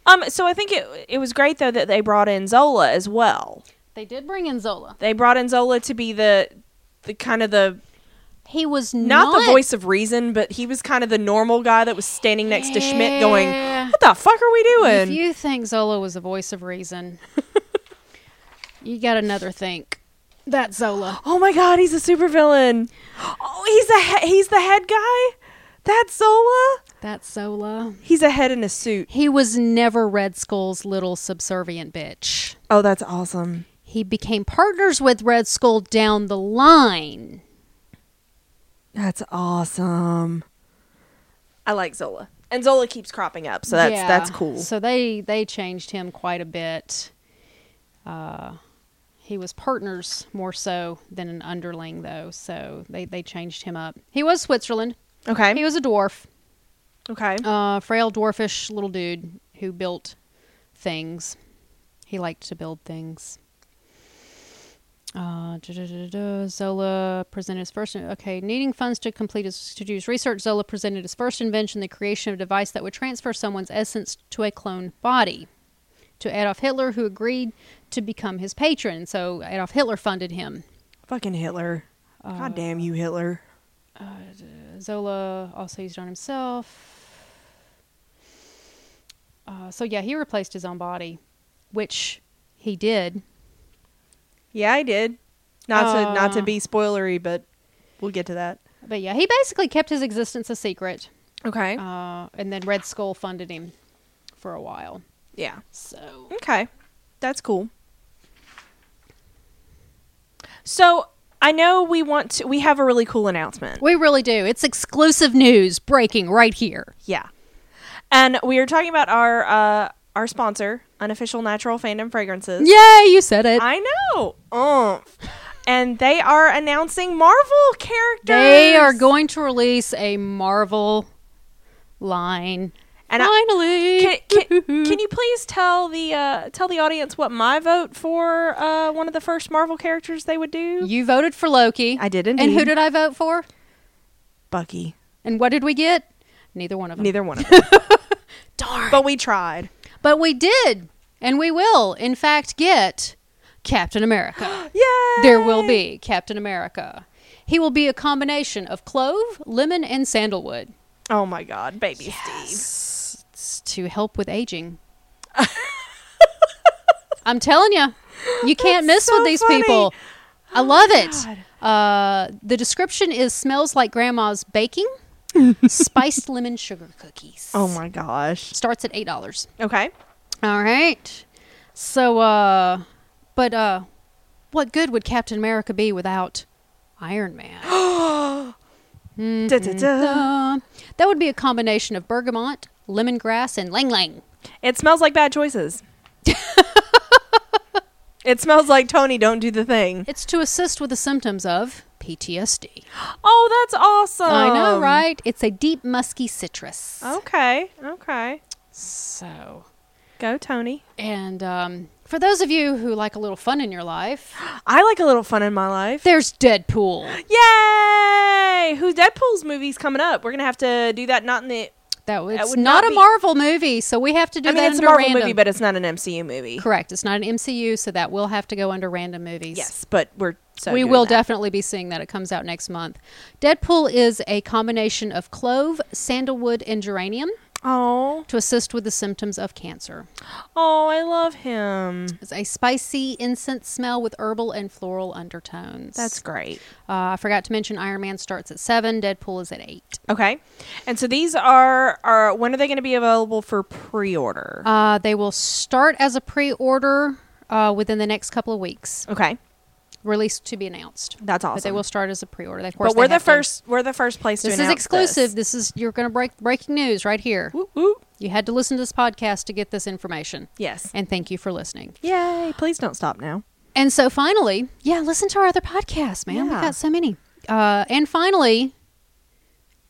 Speaker 1: Um, so I think it it was great though that they brought in Zola as well.
Speaker 2: They did bring in Zola.
Speaker 1: They brought in Zola to be the the kind of the
Speaker 2: He was
Speaker 1: not, the voice of reason, but he was kind of the normal guy that was standing next to Schmidt going,
Speaker 2: Yeah.
Speaker 1: What the fuck are we
Speaker 2: If
Speaker 1: doing?
Speaker 2: you think Zola was a voice of *laughs* reason, you got another think. That's Zola. *gasps*
Speaker 1: oh my god, he's a supervillain. Oh, he's a he- he's the head guy? That's Zola?
Speaker 2: That's Zola.
Speaker 1: He's a head in a suit.
Speaker 2: He was never Red Skull's little subservient bitch.
Speaker 1: Oh, that's awesome.
Speaker 2: He became partners with Red Skull down the line.
Speaker 1: That's awesome. I like Zola. And Zola keeps cropping up, so that's
Speaker 2: Yeah.
Speaker 1: that's cool.
Speaker 2: So they they changed him quite a bit. Uh, he was partners more so than an underling though, so they they changed him up. He was Switzerland.
Speaker 1: okay.
Speaker 2: He was a dwarf.
Speaker 1: okay.
Speaker 2: uh, frail, dwarfish little dude who built things. He liked to build things. Uh, da-da-da-da-da. Zola presented his first. Okay, needing funds to complete his to do his research, Zola presented his first invention: the creation of a device that would transfer someone's essence to a clone body. To Adolf Hitler, who agreed to become his patron, so Adolf Hitler funded him.
Speaker 1: Fucking Hitler. Uh, God damn you, Hitler.
Speaker 2: Zola also used it on himself. Uh, so yeah, he replaced his own body, which he did.
Speaker 1: Yeah, I did. Not to not to
Speaker 2: Uh.
Speaker 1: be spoilery, but we'll get to that.
Speaker 2: But yeah, he basically kept his existence a secret,
Speaker 1: Okay.
Speaker 2: uh, and then Red Skull funded him for a while.
Speaker 1: yeah.
Speaker 2: So
Speaker 1: Okay. That's cool. So I know we want to we have a really cool announcement.
Speaker 2: we really do. It's exclusive news breaking right here.
Speaker 1: Yeah. And we are talking about our uh our sponsor, Unofficial Natural Fandom Fragrances.
Speaker 2: Yay, you said it.
Speaker 1: I know. Umph. And they are announcing Marvel characters.
Speaker 2: they are going to release a Marvel line.
Speaker 1: And I-
Speaker 2: Finally,
Speaker 1: can, can, *laughs* can you please tell the uh, tell the audience what my vote for uh, one of the first Marvel characters they would do?
Speaker 2: you voted for Loki?
Speaker 1: I did
Speaker 2: And who
Speaker 1: indeed.
Speaker 2: did I vote for?
Speaker 1: Bucky.
Speaker 2: And what did we get? Neither one of them.
Speaker 1: Neither one of *laughs* them.
Speaker 2: Darn.
Speaker 1: but we tried.
Speaker 2: But we did, and we will, in fact, get Captain America.
Speaker 1: Yeah.
Speaker 2: there will
Speaker 1: *gasps*
Speaker 2: be Captain America. He will be a combination of clove, lemon, and sandalwood
Speaker 1: Oh my God, baby
Speaker 2: S- to help with
Speaker 1: *laughs*
Speaker 2: aging. I'm telling you, you can't
Speaker 1: That's
Speaker 2: miss
Speaker 1: so
Speaker 2: with these
Speaker 1: funny. Oh
Speaker 2: people. I love it. Uh, the description is smells like
Speaker 1: *laughs*
Speaker 2: grandma's baking, spiced lemon sugar cookies.
Speaker 1: Steve. Oh my gosh.
Speaker 2: Starts at eight dollars.
Speaker 1: Okay.
Speaker 2: All right. So, uh, but, uh, what good would Captain America be without
Speaker 1: *gasps*
Speaker 2: Iron Man?
Speaker 1: Da, da, da.
Speaker 2: Uh, that would be a combination of bergamot, lemongrass, and lang lang.
Speaker 1: It smells like bad *laughs* choices. it smells like Tony. Don't do the thing.
Speaker 2: It's to assist with the symptoms of PTSD.
Speaker 1: Oh, that's awesome.
Speaker 2: I know,
Speaker 1: Um,
Speaker 2: right? It's a deep, musky citrus.
Speaker 1: Oh. Okay. Okay.
Speaker 2: So,
Speaker 1: Go, Tony.
Speaker 2: and, um, for those of you who like a little fun in your life,
Speaker 1: I like a little fun in my life.
Speaker 2: there's Deadpool.
Speaker 1: *gasps* Yay! Who Deadpool's movie's coming up? We're gonna have to do that not in the
Speaker 2: That was
Speaker 1: would
Speaker 2: not,
Speaker 1: not
Speaker 2: a
Speaker 1: be-
Speaker 2: Marvel movie, so we have to do
Speaker 1: I mean,
Speaker 2: that
Speaker 1: it's a
Speaker 2: under
Speaker 1: Marvel
Speaker 2: random.
Speaker 1: movie, but it's not an MCU movie.
Speaker 2: Correct. It's not an MCU, so that will have to go under random movies.
Speaker 1: Yes, but we're so
Speaker 2: we
Speaker 1: doing
Speaker 2: will
Speaker 1: that.
Speaker 2: definitely be seeing that. It comes out next month. Deadpool is a combination of clove, sandalwood, and geranium
Speaker 1: Oh,
Speaker 2: to assist with the symptoms of cancer.
Speaker 1: oh, I love him.
Speaker 2: It's a spicy incense smell with herbal and floral undertones.
Speaker 1: That's great.
Speaker 2: Uh, I forgot to mention Iron Man starts at seven. Deadpool is at eight.
Speaker 1: Okay, and so these are are when are they going to be available for pre order?
Speaker 2: Uh, they will start as a pre-order uh, within the next couple of weeks.
Speaker 1: okay,
Speaker 2: Released to be announced.
Speaker 1: that's awesome.
Speaker 2: But they will start as a pre-order. They, of course,
Speaker 1: But we're
Speaker 2: they
Speaker 1: the
Speaker 2: have to-
Speaker 1: first. We're the first place
Speaker 2: This
Speaker 1: to
Speaker 2: is
Speaker 1: announce
Speaker 2: exclusive.
Speaker 1: This.
Speaker 2: This is you're going to break breaking news right here.
Speaker 1: Woo, woo.
Speaker 2: You had to listen to this podcast to get this information.
Speaker 1: Yes.
Speaker 2: And thank you for listening.
Speaker 1: Yay! Please don't stop now.
Speaker 2: And so finally, yeah, listen to our other podcasts, man. We
Speaker 1: Yeah.
Speaker 2: got so many. Uh, and finally,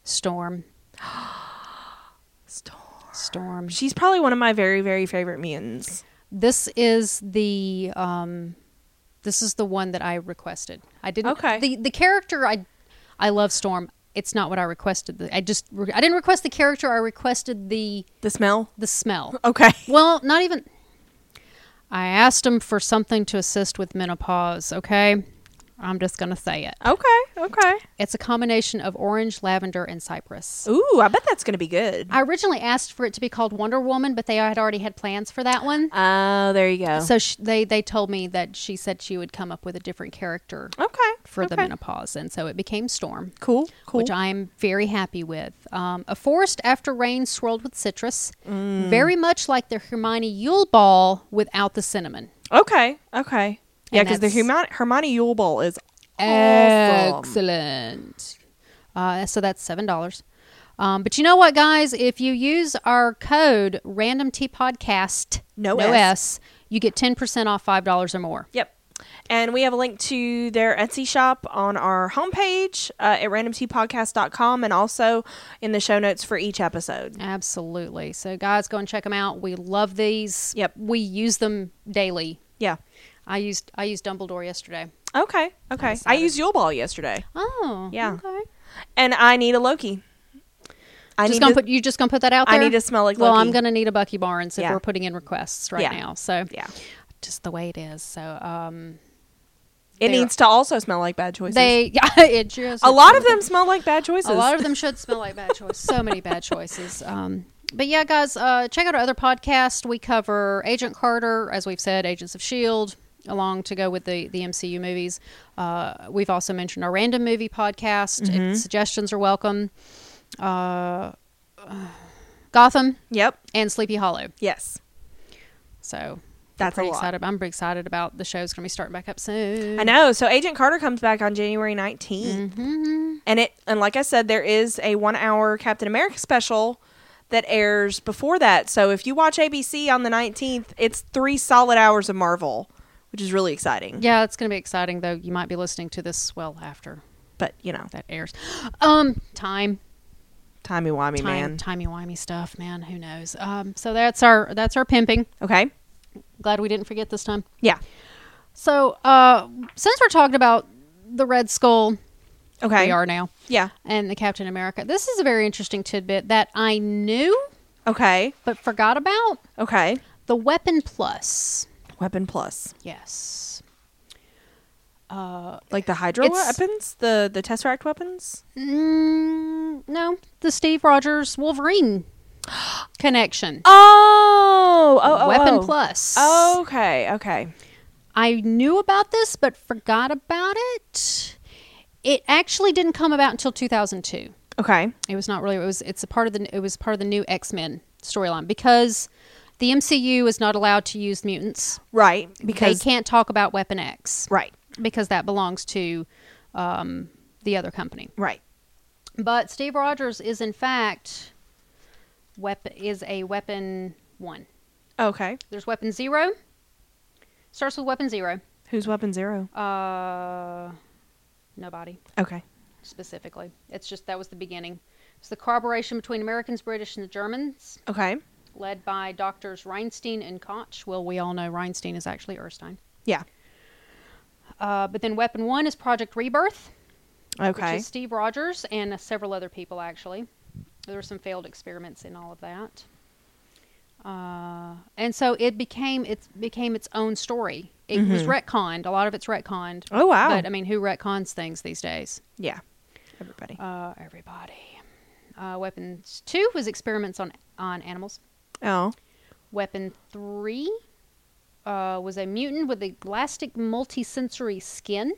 Speaker 2: Storm.
Speaker 1: Storm.
Speaker 2: Storm.
Speaker 1: She's probably one of my very, very favorite mutants.
Speaker 2: This is the um, this is the one that I requested. I didn't.
Speaker 1: Okay.
Speaker 2: The the character I I love Storm. It's not what I requested. The- I just re- I didn't request the character. I requested the
Speaker 1: The smell.
Speaker 2: the smell.
Speaker 1: Okay.
Speaker 2: Well, not even. I asked him for something to assist with menopause, okay? I'm just going to say it.
Speaker 1: Okay. Okay.
Speaker 2: It's a combination of orange, lavender, and cypress.
Speaker 1: Ooh, I bet that's gonna be good.
Speaker 2: I originally asked for it to be called Wonder Woman, but they had already had plans for that one.
Speaker 1: Oh, there you go.
Speaker 2: So sh they, they told me that she said she would come up with a different character
Speaker 1: okay.
Speaker 2: for the
Speaker 1: okay.
Speaker 2: menopause. And so it became Storm.
Speaker 1: Cool. Cool.
Speaker 2: which I'm very happy with. Um, a forest after rain swirled with citrus,
Speaker 1: Mm.
Speaker 2: very much like the Hermione Yule Ball without the cinnamon.
Speaker 1: Okay. Okay. Yeah,
Speaker 2: And
Speaker 1: because the
Speaker 2: that's-
Speaker 1: Hermione, Hermione Yule Ball is awesome.
Speaker 2: Excellent. Uh, so that's seven dollars. Um, but you know what, guys? If you use our code Random T Podcast,
Speaker 1: No
Speaker 2: S, you get ten percent off five dollars or more.
Speaker 1: Yep. And we have a link to their Etsy shop on our homepage uh, at randomtpodcast.com and also in the show notes for each episode.
Speaker 2: Absolutely. So guys, go and check them out. We love these.
Speaker 1: Yep.
Speaker 2: We use them daily.
Speaker 1: Yeah.
Speaker 2: I used I used Dumbledore yesterday.
Speaker 1: Okay. Okay. I used Yule Ball yesterday,
Speaker 2: Oh,
Speaker 1: Yeah.
Speaker 2: Okay.
Speaker 1: and I need a Loki. I
Speaker 2: just
Speaker 1: need
Speaker 2: gonna
Speaker 1: to-
Speaker 2: put you just gonna put that out
Speaker 1: I
Speaker 2: there.
Speaker 1: need to smell like
Speaker 2: Well,
Speaker 1: Loki.
Speaker 2: I'm gonna need a Bucky Barnes if
Speaker 1: Yeah.
Speaker 2: we're putting in requests right
Speaker 1: Yeah.
Speaker 2: now. So
Speaker 1: Yeah.
Speaker 2: just the way it is. So um,
Speaker 1: It
Speaker 2: They're-
Speaker 1: needs to also smell like bad choices.
Speaker 2: they *laughs* yeah, it just
Speaker 1: a lot of them smell like bad choices.
Speaker 2: a lot of them should smell like bad choices. So many bad
Speaker 1: *laughs*
Speaker 2: choices. Um, but yeah, guys, uh, check out our other podcast. We cover Agent Carter, as we've said, Agents of Shield, E along to go with the the MCU movies. Uh, we've also mentioned our random movie podcast.
Speaker 1: Mm-hmm.
Speaker 2: Suggestions are welcome. Uh, Gotham
Speaker 1: Yep.
Speaker 2: and Sleepy Hollow.
Speaker 1: Yes.
Speaker 2: Mm-hmm. So
Speaker 1: That's a
Speaker 2: pretty
Speaker 1: lot.
Speaker 2: excited. I'm pretty excited about the show's going to be starting back up soon.
Speaker 1: I know. So Agent Carter comes back on January 19th.
Speaker 2: Mm-hmm.
Speaker 1: And it and like I said there is a 1-hour Captain America special that airs before that. So if you watch ABC on the 19th, it's 3 solid hours of Marvel, which is really exciting.
Speaker 2: Yeah, it's going to be exciting though. You might be listening to this well after
Speaker 1: But, you know,
Speaker 2: that airs. Um, time,
Speaker 1: timey-wimey,
Speaker 2: time,
Speaker 1: man.
Speaker 2: timey wimey stuff, man. Who knows? Um, so that's our that's our pimping.
Speaker 1: Okay?
Speaker 2: Glad we didn't forget this time.
Speaker 1: Yeah.
Speaker 2: So uh, since we're talking about the Red Skull,
Speaker 1: Okay.
Speaker 2: we are now,
Speaker 1: Yeah.
Speaker 2: and the Captain America. This is a very interesting tidbit that I knew
Speaker 1: Okay.
Speaker 2: but forgot about.
Speaker 1: Okay.
Speaker 2: The Weapon Plus.
Speaker 1: Weapon Plus.
Speaker 2: Yes.
Speaker 1: Like the Hydra
Speaker 2: It's-
Speaker 1: weapons, the the Tesseract weapons?
Speaker 2: Mm, no, the Steve Rogers Wolverine *gasps* connection.
Speaker 1: Oh. Oh, oh,
Speaker 2: Weapon
Speaker 1: oh.
Speaker 2: Plus.
Speaker 1: Okay. Okay.
Speaker 2: I knew about this but forgot about it. It actually didn't come about until 2002.
Speaker 1: Okay.
Speaker 2: It was not really. It was. It's a part of the. It was part of the new X Men storyline because the MCU is not allowed to use mutants.
Speaker 1: Right.
Speaker 2: They
Speaker 1: Because
Speaker 2: can't talk about Weapon X
Speaker 1: Right.
Speaker 2: because that belongs to um, the other company.
Speaker 1: Right.
Speaker 2: But Steve Rogers is in fact weapon is a weapon one.
Speaker 1: Okay.
Speaker 2: There's weapon zero. Starts with weapon zero.
Speaker 1: Who's weapon zero?
Speaker 2: Uh nobody
Speaker 1: Okay.
Speaker 2: specifically. It's just that was the beginning. It's the collaboration between Americans, British, and the Germans,
Speaker 1: Okay.
Speaker 2: led by doctors Reinstein and Koch. Well, we all know Reinstein is actually Erstein.
Speaker 1: Yeah.
Speaker 2: Uh, but then Weapon One is Project Rebirth,
Speaker 1: Okay.
Speaker 2: which is Steve Rogers and uh, several other people actually. There were some failed experiments in all of that. Uh, and so it became it became its own story. It was retconned. A lot of it's retconned.
Speaker 1: Mm-hmm. Oh, wow.
Speaker 2: But um, I mean, who retcons things these days?
Speaker 1: Yeah. Everybody.
Speaker 2: Uh, everybody. Uh, weapons two was experiments on on animals.
Speaker 1: Oh.
Speaker 2: Weapon three uh, was a mutant with a elastic multisensory skin.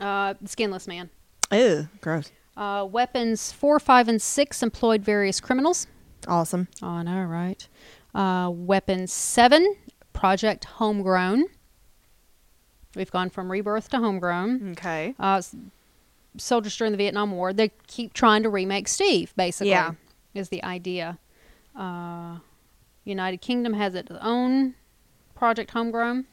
Speaker 2: Uh, skinless man.
Speaker 1: Ew. Gross.
Speaker 2: Uh, weapons four, five, and six employed various criminals.
Speaker 1: Awesome.
Speaker 2: Oh, I know, right? Uh, weapon seven, Project Homegrown. We've gone from rebirth to homegrown.
Speaker 1: Okay.
Speaker 2: Uh, s- soldiers during the Vietnam War, they keep trying to remake Steve, basically,
Speaker 1: Yeah.
Speaker 2: is the idea. Uh, United Kingdom has its own Project Homegrown.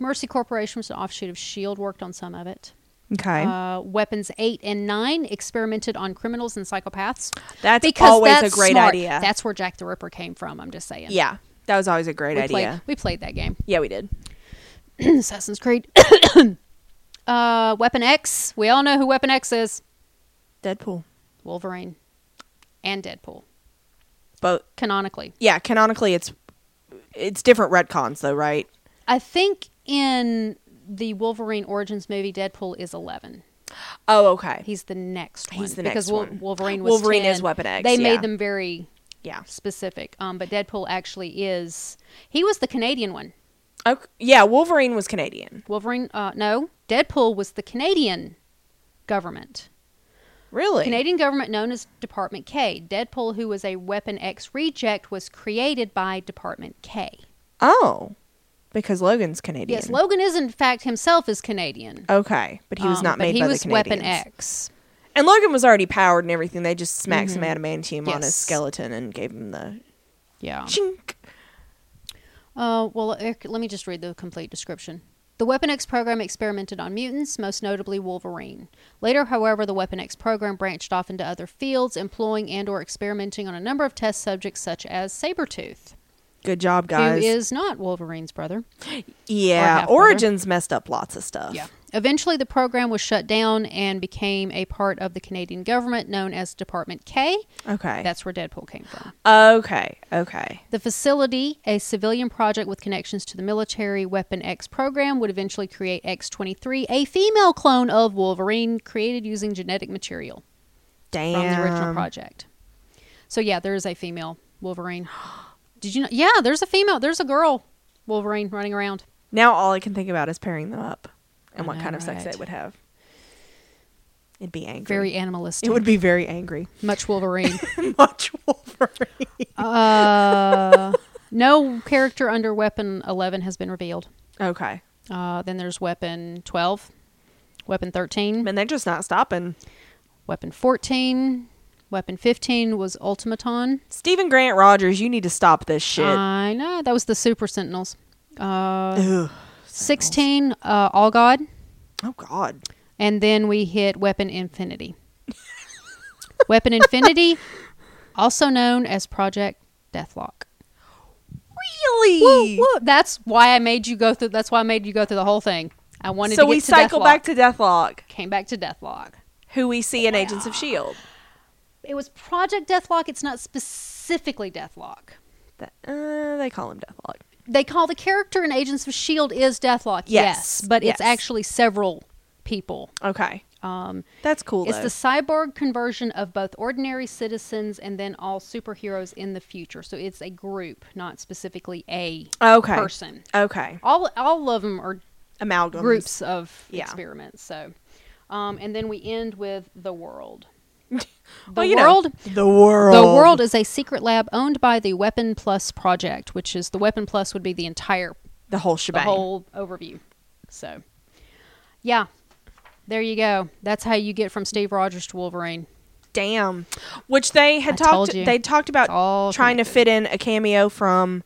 Speaker 2: Mercy Corporation was an offshoot of S.H.I.E.L.D., E worked on some of it.
Speaker 1: Okay.
Speaker 2: Uh, weapons 8 and 9 experimented on criminals and psychopaths
Speaker 1: that's
Speaker 2: because
Speaker 1: always
Speaker 2: that's
Speaker 1: a great
Speaker 2: smart.
Speaker 1: idea.
Speaker 2: That's where Jack the Ripper came from. I'm just saying.
Speaker 1: yeah. That was always a great
Speaker 2: we
Speaker 1: idea.
Speaker 2: played we played that game.
Speaker 1: yeah, we did.
Speaker 2: *coughs* Assassin's Creed. uh, Weapon X. We all know who Weapon X is.
Speaker 1: Deadpool.
Speaker 2: Wolverine and Deadpool,
Speaker 1: But
Speaker 2: canonically.
Speaker 1: yeah, canonically it's it's different retcons though, right?
Speaker 2: I think in the Wolverine Origins movie, Deadpool is 11.
Speaker 1: Oh, okay.
Speaker 2: He's the next one
Speaker 1: He's the
Speaker 2: because
Speaker 1: next
Speaker 2: Wol-
Speaker 1: one.
Speaker 2: Wolverine was
Speaker 1: Wolverine
Speaker 2: 10.
Speaker 1: is Weapon X,
Speaker 2: They
Speaker 1: yeah.
Speaker 2: made them very
Speaker 1: yeah.
Speaker 2: specific. Um, but Deadpool actually is. He was the Canadian one.
Speaker 1: Okay. Yeah, Wolverine was Canadian.
Speaker 2: Wolverine. Uh, no, Deadpool was the Canadian government.
Speaker 1: Really?
Speaker 2: Canadian government known as Department K. Deadpool, who was a Weapon X reject, was created by Department K.
Speaker 1: Oh. Because Logan's Canadian.
Speaker 2: Yes, Logan is in fact himself is Canadian.
Speaker 1: Okay, but he was
Speaker 2: Um,
Speaker 1: not
Speaker 2: but
Speaker 1: made
Speaker 2: he
Speaker 1: by
Speaker 2: was
Speaker 1: the
Speaker 2: Weapon
Speaker 1: Canadians.
Speaker 2: X.
Speaker 1: And Logan was already powered and everything. They just smacked some adamantium on his
Speaker 2: Mm-hmm. Yes. Um,
Speaker 1: skeleton and gave him the
Speaker 2: Yeah.
Speaker 1: chink.
Speaker 2: Uh, well, Eric, let me just read the complete description. The Weapon X program experimented on mutants, most notably Wolverine. Later, however, the Weapon X program branched off into other fields, employing and or experimenting on a number of test subjects such as Sabretooth,
Speaker 1: Good job,
Speaker 2: who
Speaker 1: guys.
Speaker 2: is not Wolverine's brother.
Speaker 1: yeah,
Speaker 2: half-brother.
Speaker 1: Origins messed up lots of stuff.
Speaker 2: Eventually, the program was shut down and became a part of the Canadian government known as Department K.
Speaker 1: Okay.
Speaker 2: That's where Deadpool came from.
Speaker 1: okay. Okay.
Speaker 2: The facility, a civilian project with connections to the military Weapon X program, would eventually create X 23, a female clone of Wolverine created using genetic material
Speaker 1: Damn.
Speaker 2: from the original project. So, yeah, there is a female Wolverine. *gasps* Did you know? Yeah, there's a female, there's a girl Wolverine running around.
Speaker 1: Now all I can think about is pairing them up and
Speaker 2: I
Speaker 1: what
Speaker 2: know,
Speaker 1: kind of sex
Speaker 2: right?
Speaker 1: it would have. It'd be angry.
Speaker 2: Very animalistic.
Speaker 1: It would be very angry. *laughs*
Speaker 2: much Wolverine.
Speaker 1: Much
Speaker 2: *laughs*
Speaker 1: Wolverine.
Speaker 2: uh, no character under Weapon 11 has been revealed.
Speaker 1: Okay.
Speaker 2: Uh, then there's Weapon 12, Weapon 13.
Speaker 1: And they're just not stopping.
Speaker 2: Weapon 14, Weapon 15 was Ultimaton.
Speaker 1: Stephen Grant Rogers, you need to stop this shit.
Speaker 2: I know. That was the Super Sentinels. Uh,
Speaker 1: Ugh.
Speaker 2: 16, uh, All God.
Speaker 1: Oh God.
Speaker 2: And then we hit
Speaker 1: *laughs*
Speaker 2: Weapon Infinity. Weapon Infinity, also known as Project Deathlock.
Speaker 1: Really?
Speaker 2: Woo, That's why I made you go through. That's why I made you go through the whole thing. I wanted
Speaker 1: So
Speaker 2: to get
Speaker 1: we
Speaker 2: to
Speaker 1: cycle
Speaker 2: Deathlock.
Speaker 1: back to Deathlock,
Speaker 2: came back to Deathlock.
Speaker 1: who we see in Agents of
Speaker 2: E
Speaker 1: Shield.
Speaker 2: It was Project Deathlock. It's not specifically Deathlock.
Speaker 1: That, uh, they call him Deathlock.
Speaker 2: they call the character in Agents of Shield E is Deathlok.
Speaker 1: Yes,
Speaker 2: Yes, but
Speaker 1: yes.
Speaker 2: it's actually several people.
Speaker 1: Okay,
Speaker 2: Um,
Speaker 1: that's cool.
Speaker 2: it's
Speaker 1: though.
Speaker 2: the cyborg conversion of both ordinary citizens and then all superheroes in the future. So it's a group, not specifically a
Speaker 1: okay
Speaker 2: person.
Speaker 1: Okay,
Speaker 2: All all of them are
Speaker 1: amalgam
Speaker 2: groups of
Speaker 1: Yeah.
Speaker 2: experiments. So, um, and then we end with
Speaker 1: *laughs*
Speaker 2: the world. The
Speaker 1: Well, you know,
Speaker 2: world
Speaker 1: the world.
Speaker 2: the World is a secret lab owned by the Weapon Plus Project, which is the Weapon Plus would be the entire,
Speaker 1: The whole
Speaker 2: the
Speaker 1: shebang.
Speaker 2: whole overview. So, yeah, there you go. That's how you get from Steve Rogers to Wolverine.
Speaker 1: Damn. Which they had
Speaker 2: I
Speaker 1: talked.
Speaker 2: told you.
Speaker 1: They talked about
Speaker 2: It's all
Speaker 1: trying to
Speaker 2: connected.
Speaker 1: fit in a cameo from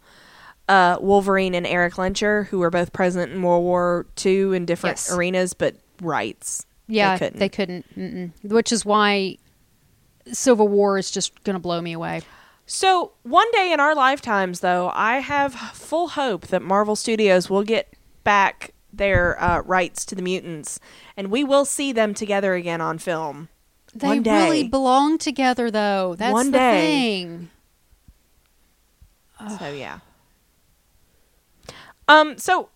Speaker 1: uh, Wolverine and Eric Lencher, who were both present in World War II in different
Speaker 2: Yes.
Speaker 1: arenas, but rights.
Speaker 2: Yeah,
Speaker 1: they couldn't.
Speaker 2: they couldn't. mm-mm. Which is why Civil War is just gonna blow me away.
Speaker 1: So, one day in our lifetimes, though, I have full hope that Marvel Studios will get back their uh, rights to the mutants and we will see them together again on film.
Speaker 2: They
Speaker 1: One day.
Speaker 2: really belong together, though. That's
Speaker 1: One
Speaker 2: the
Speaker 1: day.
Speaker 2: thing.
Speaker 1: So yeah. Um. So,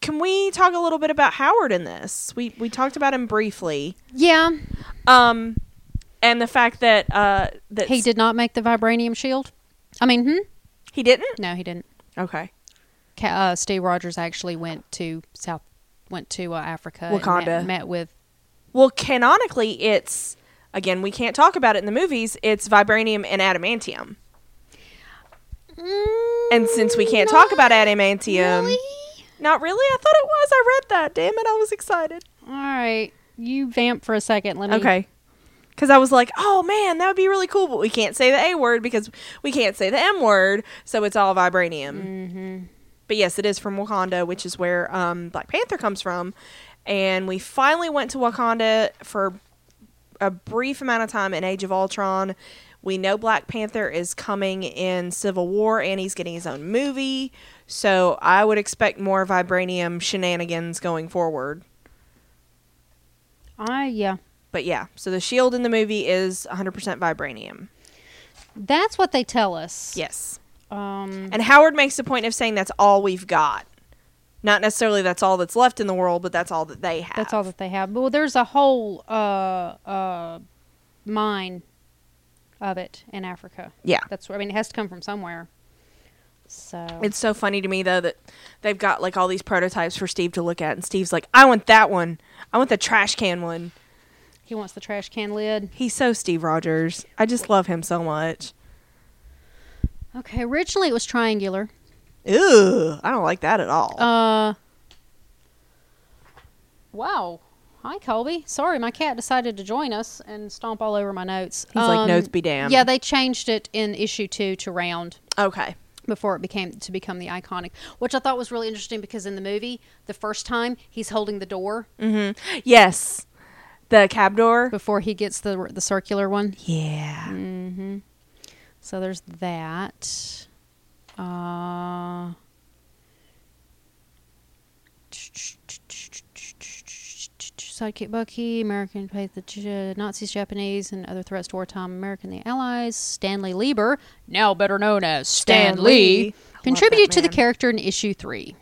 Speaker 1: can we talk a little bit about Howard in this? We we talked about him briefly.
Speaker 2: Yeah,
Speaker 1: Um, and the fact that uh that
Speaker 2: he did not make the vibranium shield. I mean, hmm?
Speaker 1: he didn't.
Speaker 2: no, he didn't.
Speaker 1: Okay.
Speaker 2: Ca- uh, Steve Rogers actually went to South, went to uh, Africa, and
Speaker 1: Wakanda.
Speaker 2: met, met with
Speaker 1: Well, canonically, it's again we can't talk about it in the movies. It's vibranium and adamantium. And since we can't talk about adamantium,
Speaker 2: Really?
Speaker 1: not really. I thought it was. I read that. Damn it! I was excited.
Speaker 2: All right, you vamp for a second. Let me.
Speaker 1: Okay. Because I was like, oh man, that would be really cool, but we can't say the A word because we can't say the M word, so it's all vibranium. Mm-hmm. But yes, it is from Wakanda, which is where um, Black Panther comes from. And we finally went to Wakanda for a brief amount of time in Age of Ultron. We know Black Panther is coming in Civil War and he's getting his own movie. So I would expect more vibranium shenanigans going forward.
Speaker 2: I yeah.
Speaker 1: But yeah, so the shield in the movie is 100% vibranium.
Speaker 2: That's what they tell us.
Speaker 1: Yes.
Speaker 2: Um.
Speaker 1: And Howard makes the point of saying that's all we've got. Not necessarily that's all that's left in the world, but that's all that they have.
Speaker 2: That's all that they have. Well, there's a whole uh uh mine of it in Africa.
Speaker 1: Yeah.
Speaker 2: That's where I mean it has to come from somewhere. So
Speaker 1: It's so funny to me though that they've got like all these prototypes for Steve to look at and Steve's like, "I want that one. I want the trash can one."
Speaker 2: he wants the trash can lid.
Speaker 1: He's so Steve Rogers. I just love him so much.
Speaker 2: Okay, originally it was triangular.
Speaker 1: Ew, I don't like that at all.
Speaker 2: Uh Wow. Hi Colby. Sorry, my cat decided to join us and stomp all over my notes. Um,
Speaker 1: He's like, "Notes be damned."
Speaker 2: Yeah, they changed it in issue two to round.
Speaker 1: okay.
Speaker 2: before it became to become the iconic, which I thought was really interesting because in the movie, the first time he's holding the door
Speaker 1: Mm-hmm. Yes. The cab door.
Speaker 2: before he gets the the circular one.
Speaker 1: Yeah.
Speaker 2: Mm, So there's that. Uh, Sidekick Bucky, American faith, the J- Nazis, Japanese, and other threats to wartime American the Allies. Stanley Lieber, now better known as Stan,
Speaker 1: Stan Lee. I
Speaker 2: Lee,
Speaker 1: love that
Speaker 2: contributed to the
Speaker 1: man.
Speaker 2: character in issue three.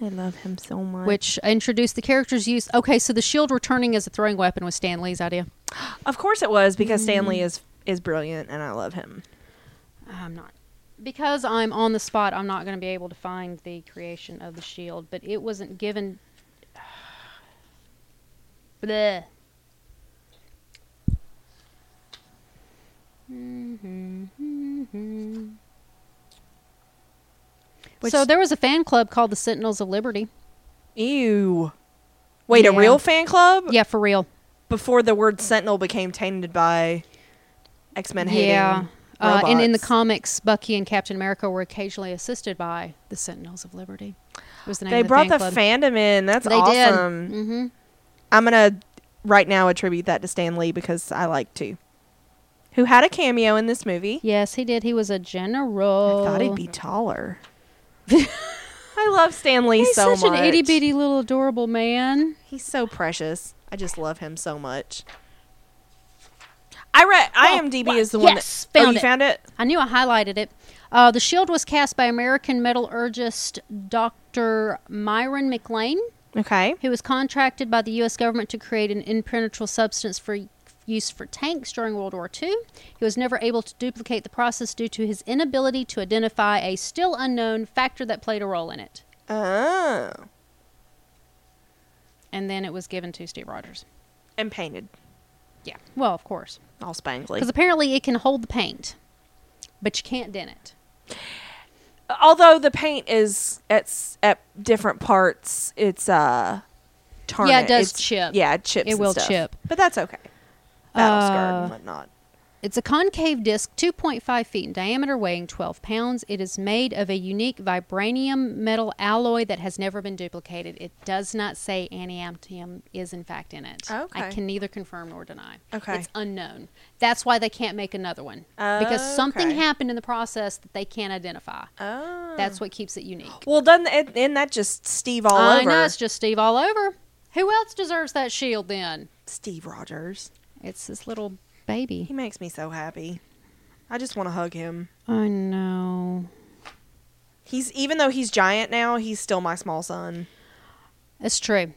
Speaker 1: I love him so much.
Speaker 2: which introduced the character's use. Okay, so the shield returning as a throwing weapon was Stan Lee's idea.
Speaker 1: Of course it was because Stanley is is brilliant and I love him.
Speaker 2: I'm not because I'm on the spot. I'm not going to be able to find the creation of the shield, but it wasn't given. *sighs* Bleh. Mm-hmm,
Speaker 1: Which-
Speaker 2: so there was a fan club called the Sentinels of Liberty.
Speaker 1: Ew. Wait, a
Speaker 2: Yeah.
Speaker 1: real fan club?
Speaker 2: Yeah, for real.
Speaker 1: Before the word Sentinel became tainted by X Men hating.
Speaker 2: Yeah. Uh, and in the
Speaker 1: robots.
Speaker 2: comics, Bucky and Captain America were occasionally assisted by the Sentinels of Liberty. Was the name
Speaker 1: they
Speaker 2: of the
Speaker 1: brought
Speaker 2: fan
Speaker 1: the
Speaker 2: club.
Speaker 1: fandom in. That's
Speaker 2: They
Speaker 1: awesome.
Speaker 2: did. Mm-hmm.
Speaker 1: I'm gonna right now attribute that to Stan Lee because I like to. Who had a cameo in this movie?
Speaker 2: Yes, he did. He was a
Speaker 1: I
Speaker 2: general.
Speaker 1: thought he'd be
Speaker 2: *laughs*
Speaker 1: taller. I love Stan Lee
Speaker 2: He's
Speaker 1: so
Speaker 2: such
Speaker 1: much.
Speaker 2: an itty bitty little adorable man.
Speaker 1: He's so precious. I just love him so much. I read IMDb is the one
Speaker 2: Oh, yes,
Speaker 1: that oh,
Speaker 2: found
Speaker 1: you
Speaker 2: it.
Speaker 1: found it.
Speaker 2: I knew I highlighted it. Uh, the shield was cast by American metallurgist Dr. Myron McLean,
Speaker 1: Okay.
Speaker 2: who was contracted by the U.S. government to create an impenetrable substance for use for tanks during World War II. He was never able to duplicate the process due to his inability to identify a still unknown factor that played a role in it.
Speaker 1: Oh,
Speaker 2: And then it was given to Steve Rogers.
Speaker 1: and painted
Speaker 2: Yeah. Well, of course.
Speaker 1: all spangly.
Speaker 2: Because apparently it can hold the paint, but you can't dent it.
Speaker 1: Although the paint is at s- at different parts, it's uh, tarnished.
Speaker 2: Yeah, it does
Speaker 1: It's-
Speaker 2: chip.
Speaker 1: Yeah, it chips.
Speaker 2: It
Speaker 1: and
Speaker 2: will
Speaker 1: stuff.
Speaker 2: chip.
Speaker 1: but that's okay. Battle scarred
Speaker 2: Uh,
Speaker 1: and whatnot.
Speaker 2: It's a concave disc 2.5 feet in diameter, weighing 12 pounds. It is made of a unique vibranium metal alloy that has never been duplicated. It does not say adamantium is in fact in it. I
Speaker 1: Okay.
Speaker 2: can neither confirm nor deny.
Speaker 1: Okay.
Speaker 2: It's unknown. That's why they can't make another one. Because something
Speaker 1: Okay.
Speaker 2: happened in the process that they can't identify.
Speaker 1: Oh,
Speaker 2: That's what keeps it unique.
Speaker 1: well, doesn't it, and that just Steve all
Speaker 2: I
Speaker 1: over
Speaker 2: know it's just Steve all over. Who else deserves that shield then?
Speaker 1: Steve Rogers.
Speaker 2: It's this little baby.
Speaker 1: He makes me so happy. I just want to hug him.
Speaker 2: I know.
Speaker 1: He's even though he's giant now, he's still my small son
Speaker 2: It's true.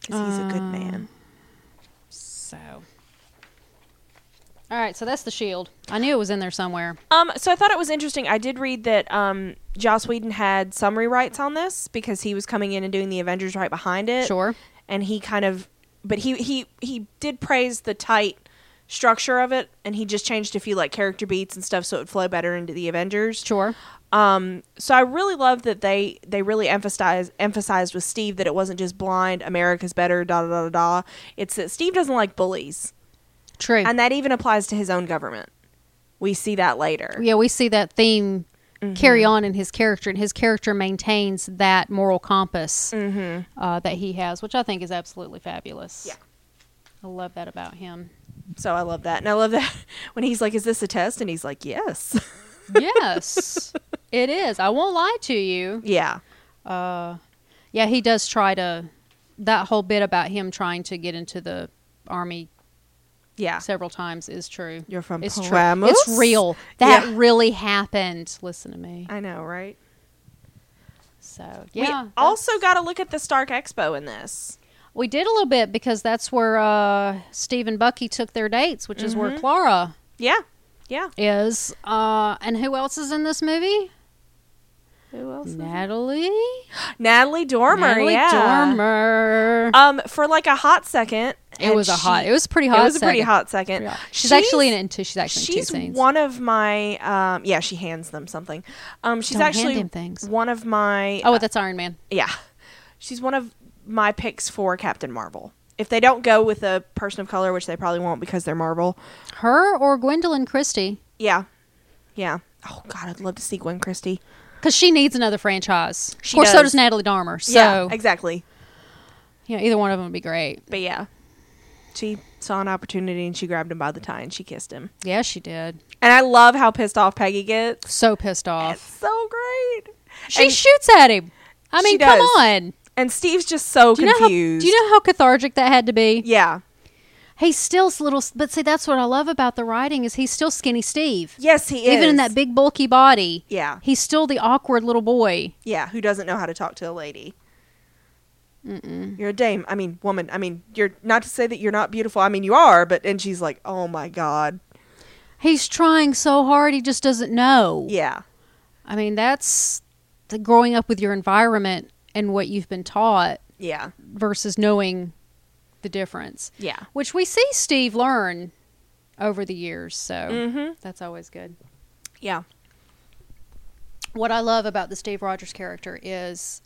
Speaker 1: because he's a good man.
Speaker 2: So. All right, so that's the shield. I knew it was in there somewhere.
Speaker 1: Um, so I thought it was interesting. I did read that um, Joss Whedon had some rewrites on this because he was coming in and doing the Avengers right behind it.
Speaker 2: Sure.
Speaker 1: and he kind of but he he he did praise the tight structure of it and he just changed a few like character beats and stuff so it would flow better into the avengers
Speaker 2: Sure.
Speaker 1: um so i really love that they they really emphasized emphasized with steve that it wasn't just blind america's better da da da da da it's that steve doesn't like bullies
Speaker 2: True.
Speaker 1: and that even applies to his own government we see that later
Speaker 2: yeah, we see that theme carry on in his character, and his character maintains that moral compass uh, that he has, which I think is absolutely fabulous.
Speaker 1: Yeah.
Speaker 2: I love that about him.
Speaker 1: so i love that and i love that *laughs* when he's like is this a test and he's like yes *laughs*
Speaker 2: yes, *laughs* it is. I won't lie to you.
Speaker 1: yeah
Speaker 2: Uh, yeah, he does try to. That whole bit about him trying to get into the army
Speaker 1: yeah
Speaker 2: several times is true.
Speaker 1: You're from
Speaker 2: it's
Speaker 1: Paramus?
Speaker 2: It's real. That
Speaker 1: Yeah.
Speaker 2: really happened. Listen to me.
Speaker 1: i know right
Speaker 2: So yeah,
Speaker 1: we also got to look at the Stark Expo in this.
Speaker 2: we did a little bit because that's where uh, Steve and Bucky took their dates, which is
Speaker 1: Mm-hmm.
Speaker 2: where Clara
Speaker 1: Yeah, yeah.
Speaker 2: is. Uh, and who else is in this movie?
Speaker 1: Who else?
Speaker 2: Natalie.
Speaker 1: Mm-hmm. Natalie Dormer.
Speaker 2: Natalie
Speaker 1: yeah.
Speaker 2: Dormer.
Speaker 1: Um, for like a hot second,
Speaker 2: it
Speaker 1: and
Speaker 2: was a
Speaker 1: she-
Speaker 2: hot. It was a pretty
Speaker 1: It
Speaker 2: hot.
Speaker 1: was a pretty
Speaker 2: second.
Speaker 1: hot second.
Speaker 2: Yeah. She's, actually in it in two. She's actually
Speaker 1: She's
Speaker 2: in two scenes.
Speaker 1: one of my. Um, yeah, she hands them something. Um, she's
Speaker 2: Don't hand
Speaker 1: actually
Speaker 2: him things.
Speaker 1: one of my.
Speaker 2: oh, that's Iron Man.
Speaker 1: yeah, she's one of my picks for Captain Marvel. If they don't go with a person of color, which they probably won't because they're Marvel.
Speaker 2: Her or Gwendolyn Christie,
Speaker 1: Yeah, yeah. Oh God, I'd love to see Gwen Christie.
Speaker 2: because she needs another franchise.
Speaker 1: She
Speaker 2: of course, so
Speaker 1: does.
Speaker 2: does Natalie Dormer. So
Speaker 1: yeah, exactly.
Speaker 2: you know, either one of them would be great.
Speaker 1: But yeah, she saw an opportunity and she grabbed him by the tie and she kissed him.
Speaker 2: Yeah, she did.
Speaker 1: And I love how pissed off Peggy gets.
Speaker 2: So pissed off.
Speaker 1: So great.
Speaker 2: She
Speaker 1: and,
Speaker 2: shoots at him. I
Speaker 1: She
Speaker 2: mean, come
Speaker 1: does.
Speaker 2: on.
Speaker 1: and Steve's just so
Speaker 2: Do you, know how, do
Speaker 1: confused.
Speaker 2: you know how cathargic that had to be?
Speaker 1: Yeah.
Speaker 2: He's still s- little, s- but see, that's what I love about the writing is he's still skinny Steve.
Speaker 1: Yes, he is.
Speaker 2: Even in that big bulky body,
Speaker 1: Yeah.
Speaker 2: he's still the awkward little boy.
Speaker 1: Yeah, who doesn't know how to talk to a lady? Mm-mm. You're a dame. I mean, woman. I mean, you're not to say that you're not beautiful. I mean, you are. But and she's like, oh my god.
Speaker 2: He's trying so hard, he just doesn't know.
Speaker 1: Yeah.
Speaker 2: I mean, that's the growing up with your environment and what you've been taught
Speaker 1: Yeah.
Speaker 2: versus knowing the difference.
Speaker 1: Yeah.
Speaker 2: Which we see Steve learn over the years, so
Speaker 1: Mhm.
Speaker 2: that's always good.
Speaker 1: Yeah.
Speaker 2: what I love about the Steve Rogers character is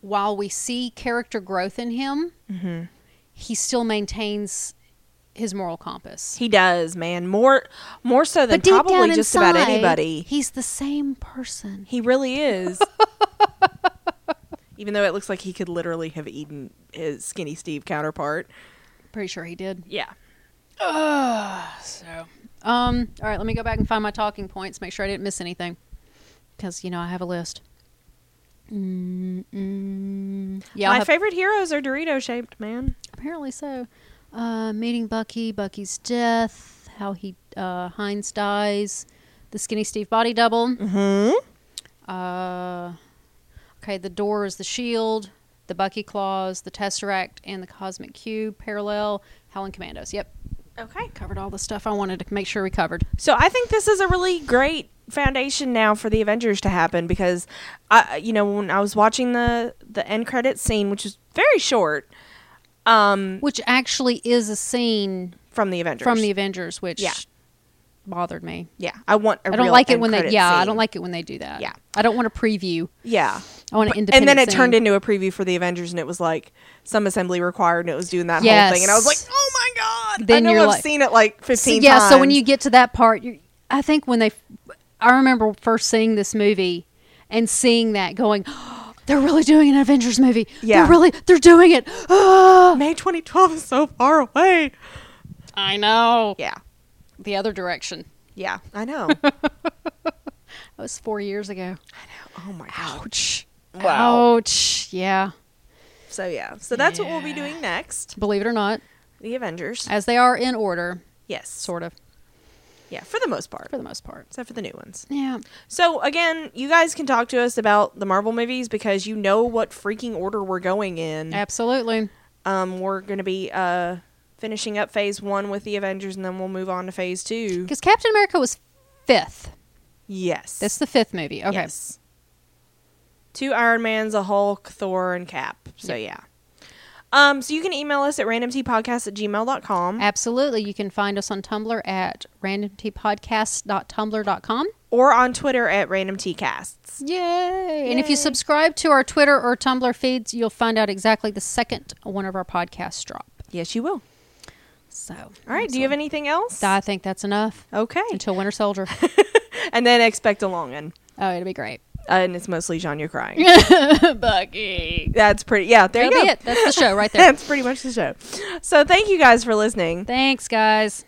Speaker 2: while we see character growth in him,
Speaker 1: Mm-hmm.
Speaker 2: he still maintains his moral compass.
Speaker 1: He does, man. More, more so than
Speaker 2: but deep
Speaker 1: probably
Speaker 2: down
Speaker 1: just
Speaker 2: inside,
Speaker 1: about anybody.
Speaker 2: he's the same person.
Speaker 1: He really *laughs* is. Even though it looks like he could literally have eaten his skinny Steve counterpart.
Speaker 2: Pretty sure he did.
Speaker 1: Yeah.
Speaker 2: *sighs* So, um, all right, let me go back and find my talking points. Make sure I didn't miss anything, because you know I have a list. Mm-mm. Yeah, I'll
Speaker 1: My
Speaker 2: have-
Speaker 1: favorite heroes are Dorito shaped, man.
Speaker 2: Apparently so. Uh, meeting Bucky, Bucky's death, how he uh, Heinz dies, the skinny Steve body double.
Speaker 1: Hmm.
Speaker 2: Uh, okay, the door is the shield, the Bucky claws, the tesseract, and the cosmic cube parallel. Howling Commandos. Yep,
Speaker 1: Okay.
Speaker 2: covered all the stuff I wanted to make sure we covered.
Speaker 1: So I think this is a really great foundation now for the Avengers to happen because, I, you know, when I was watching the the end credits scene, which is very short, um,
Speaker 2: Which actually is a scene
Speaker 1: from the Avengers.
Speaker 2: from the Avengers, which
Speaker 1: Yeah.
Speaker 2: bothered me.
Speaker 1: yeah, I want. I
Speaker 2: I don't like it when they yeah. I don't like it when they do that.
Speaker 1: Yeah.
Speaker 2: I don't want to preview.
Speaker 1: Yeah.
Speaker 2: I want
Speaker 1: But-
Speaker 2: an independent.
Speaker 1: and then it
Speaker 2: scene.
Speaker 1: turned into a preview for the Avengers, and it was like some assembly required, and it was doing that whole thing, and I was like,
Speaker 2: Yes.
Speaker 1: "Oh my god!"
Speaker 2: Then
Speaker 1: I know
Speaker 2: you're
Speaker 1: I've
Speaker 2: like-
Speaker 1: seen it like
Speaker 2: So,
Speaker 1: fifteen
Speaker 2: yeah,
Speaker 1: times.
Speaker 2: so when you get to that part, you I think when they, I remember first seeing this movie and seeing that going, *gasps* they're really doing an Avengers movie.
Speaker 1: Yeah.
Speaker 2: They're really, they're doing it. *gasps*
Speaker 1: *gasps* May 2012 is so far away.
Speaker 2: I know.
Speaker 1: Yeah,
Speaker 2: The other direction.
Speaker 1: yeah, I know.
Speaker 2: *laughs* That was four years ago.
Speaker 1: oh my god.
Speaker 2: Ouch.
Speaker 1: Wow.
Speaker 2: Ouch. Yeah.
Speaker 1: So yeah, so that's what we'll be doing next.
Speaker 2: Believe it or not.
Speaker 1: The Avengers.
Speaker 2: as they are in order,
Speaker 1: Yes.
Speaker 2: sort of,
Speaker 1: Yeah, for the most part.
Speaker 2: for the most part.
Speaker 1: Except for the new ones.
Speaker 2: Yeah.
Speaker 1: So again, you guys can talk to us about the Marvel movies because you know what freaking order we're going in.
Speaker 2: Absolutely.
Speaker 1: Um, we're gonna be uh finishing up phase one with the Avengers, and then we'll move on to phase two.
Speaker 2: Because Captain America was fifth.
Speaker 1: Yes,
Speaker 2: That's the fifth movie. Okay.
Speaker 1: Yes. Two Iron Mans, a Hulk, Thor, and Cap. So yeah. Um, so you can email us at randomtpodcast at gmail.com
Speaker 2: Absolutely. You can find us on Tumblr at randomtpodcast.tumblr.com.
Speaker 1: or on Twitter at randomtcasts.
Speaker 2: Yay. And if
Speaker 1: Yay.
Speaker 2: you subscribe to our Twitter or Tumblr feeds, you'll find out exactly the second one of our podcasts drop.
Speaker 1: Yes, you will.
Speaker 2: So, all
Speaker 1: All right. Do you have anything else?
Speaker 2: I think that's enough
Speaker 1: okay.
Speaker 2: until
Speaker 1: *laughs*
Speaker 2: Winter Soldier.
Speaker 1: And then expect a long one.
Speaker 2: oh, it'll be great.
Speaker 1: Uh, and it's mostly Jean, you're crying.
Speaker 2: *laughs* Bucky.
Speaker 1: That's pretty. Yeah, there
Speaker 2: That'll
Speaker 1: you
Speaker 2: be
Speaker 1: go. *laughs*
Speaker 2: it. That's the show right there.
Speaker 1: That's pretty much the show. So thank you guys for listening.
Speaker 2: Thanks, guys.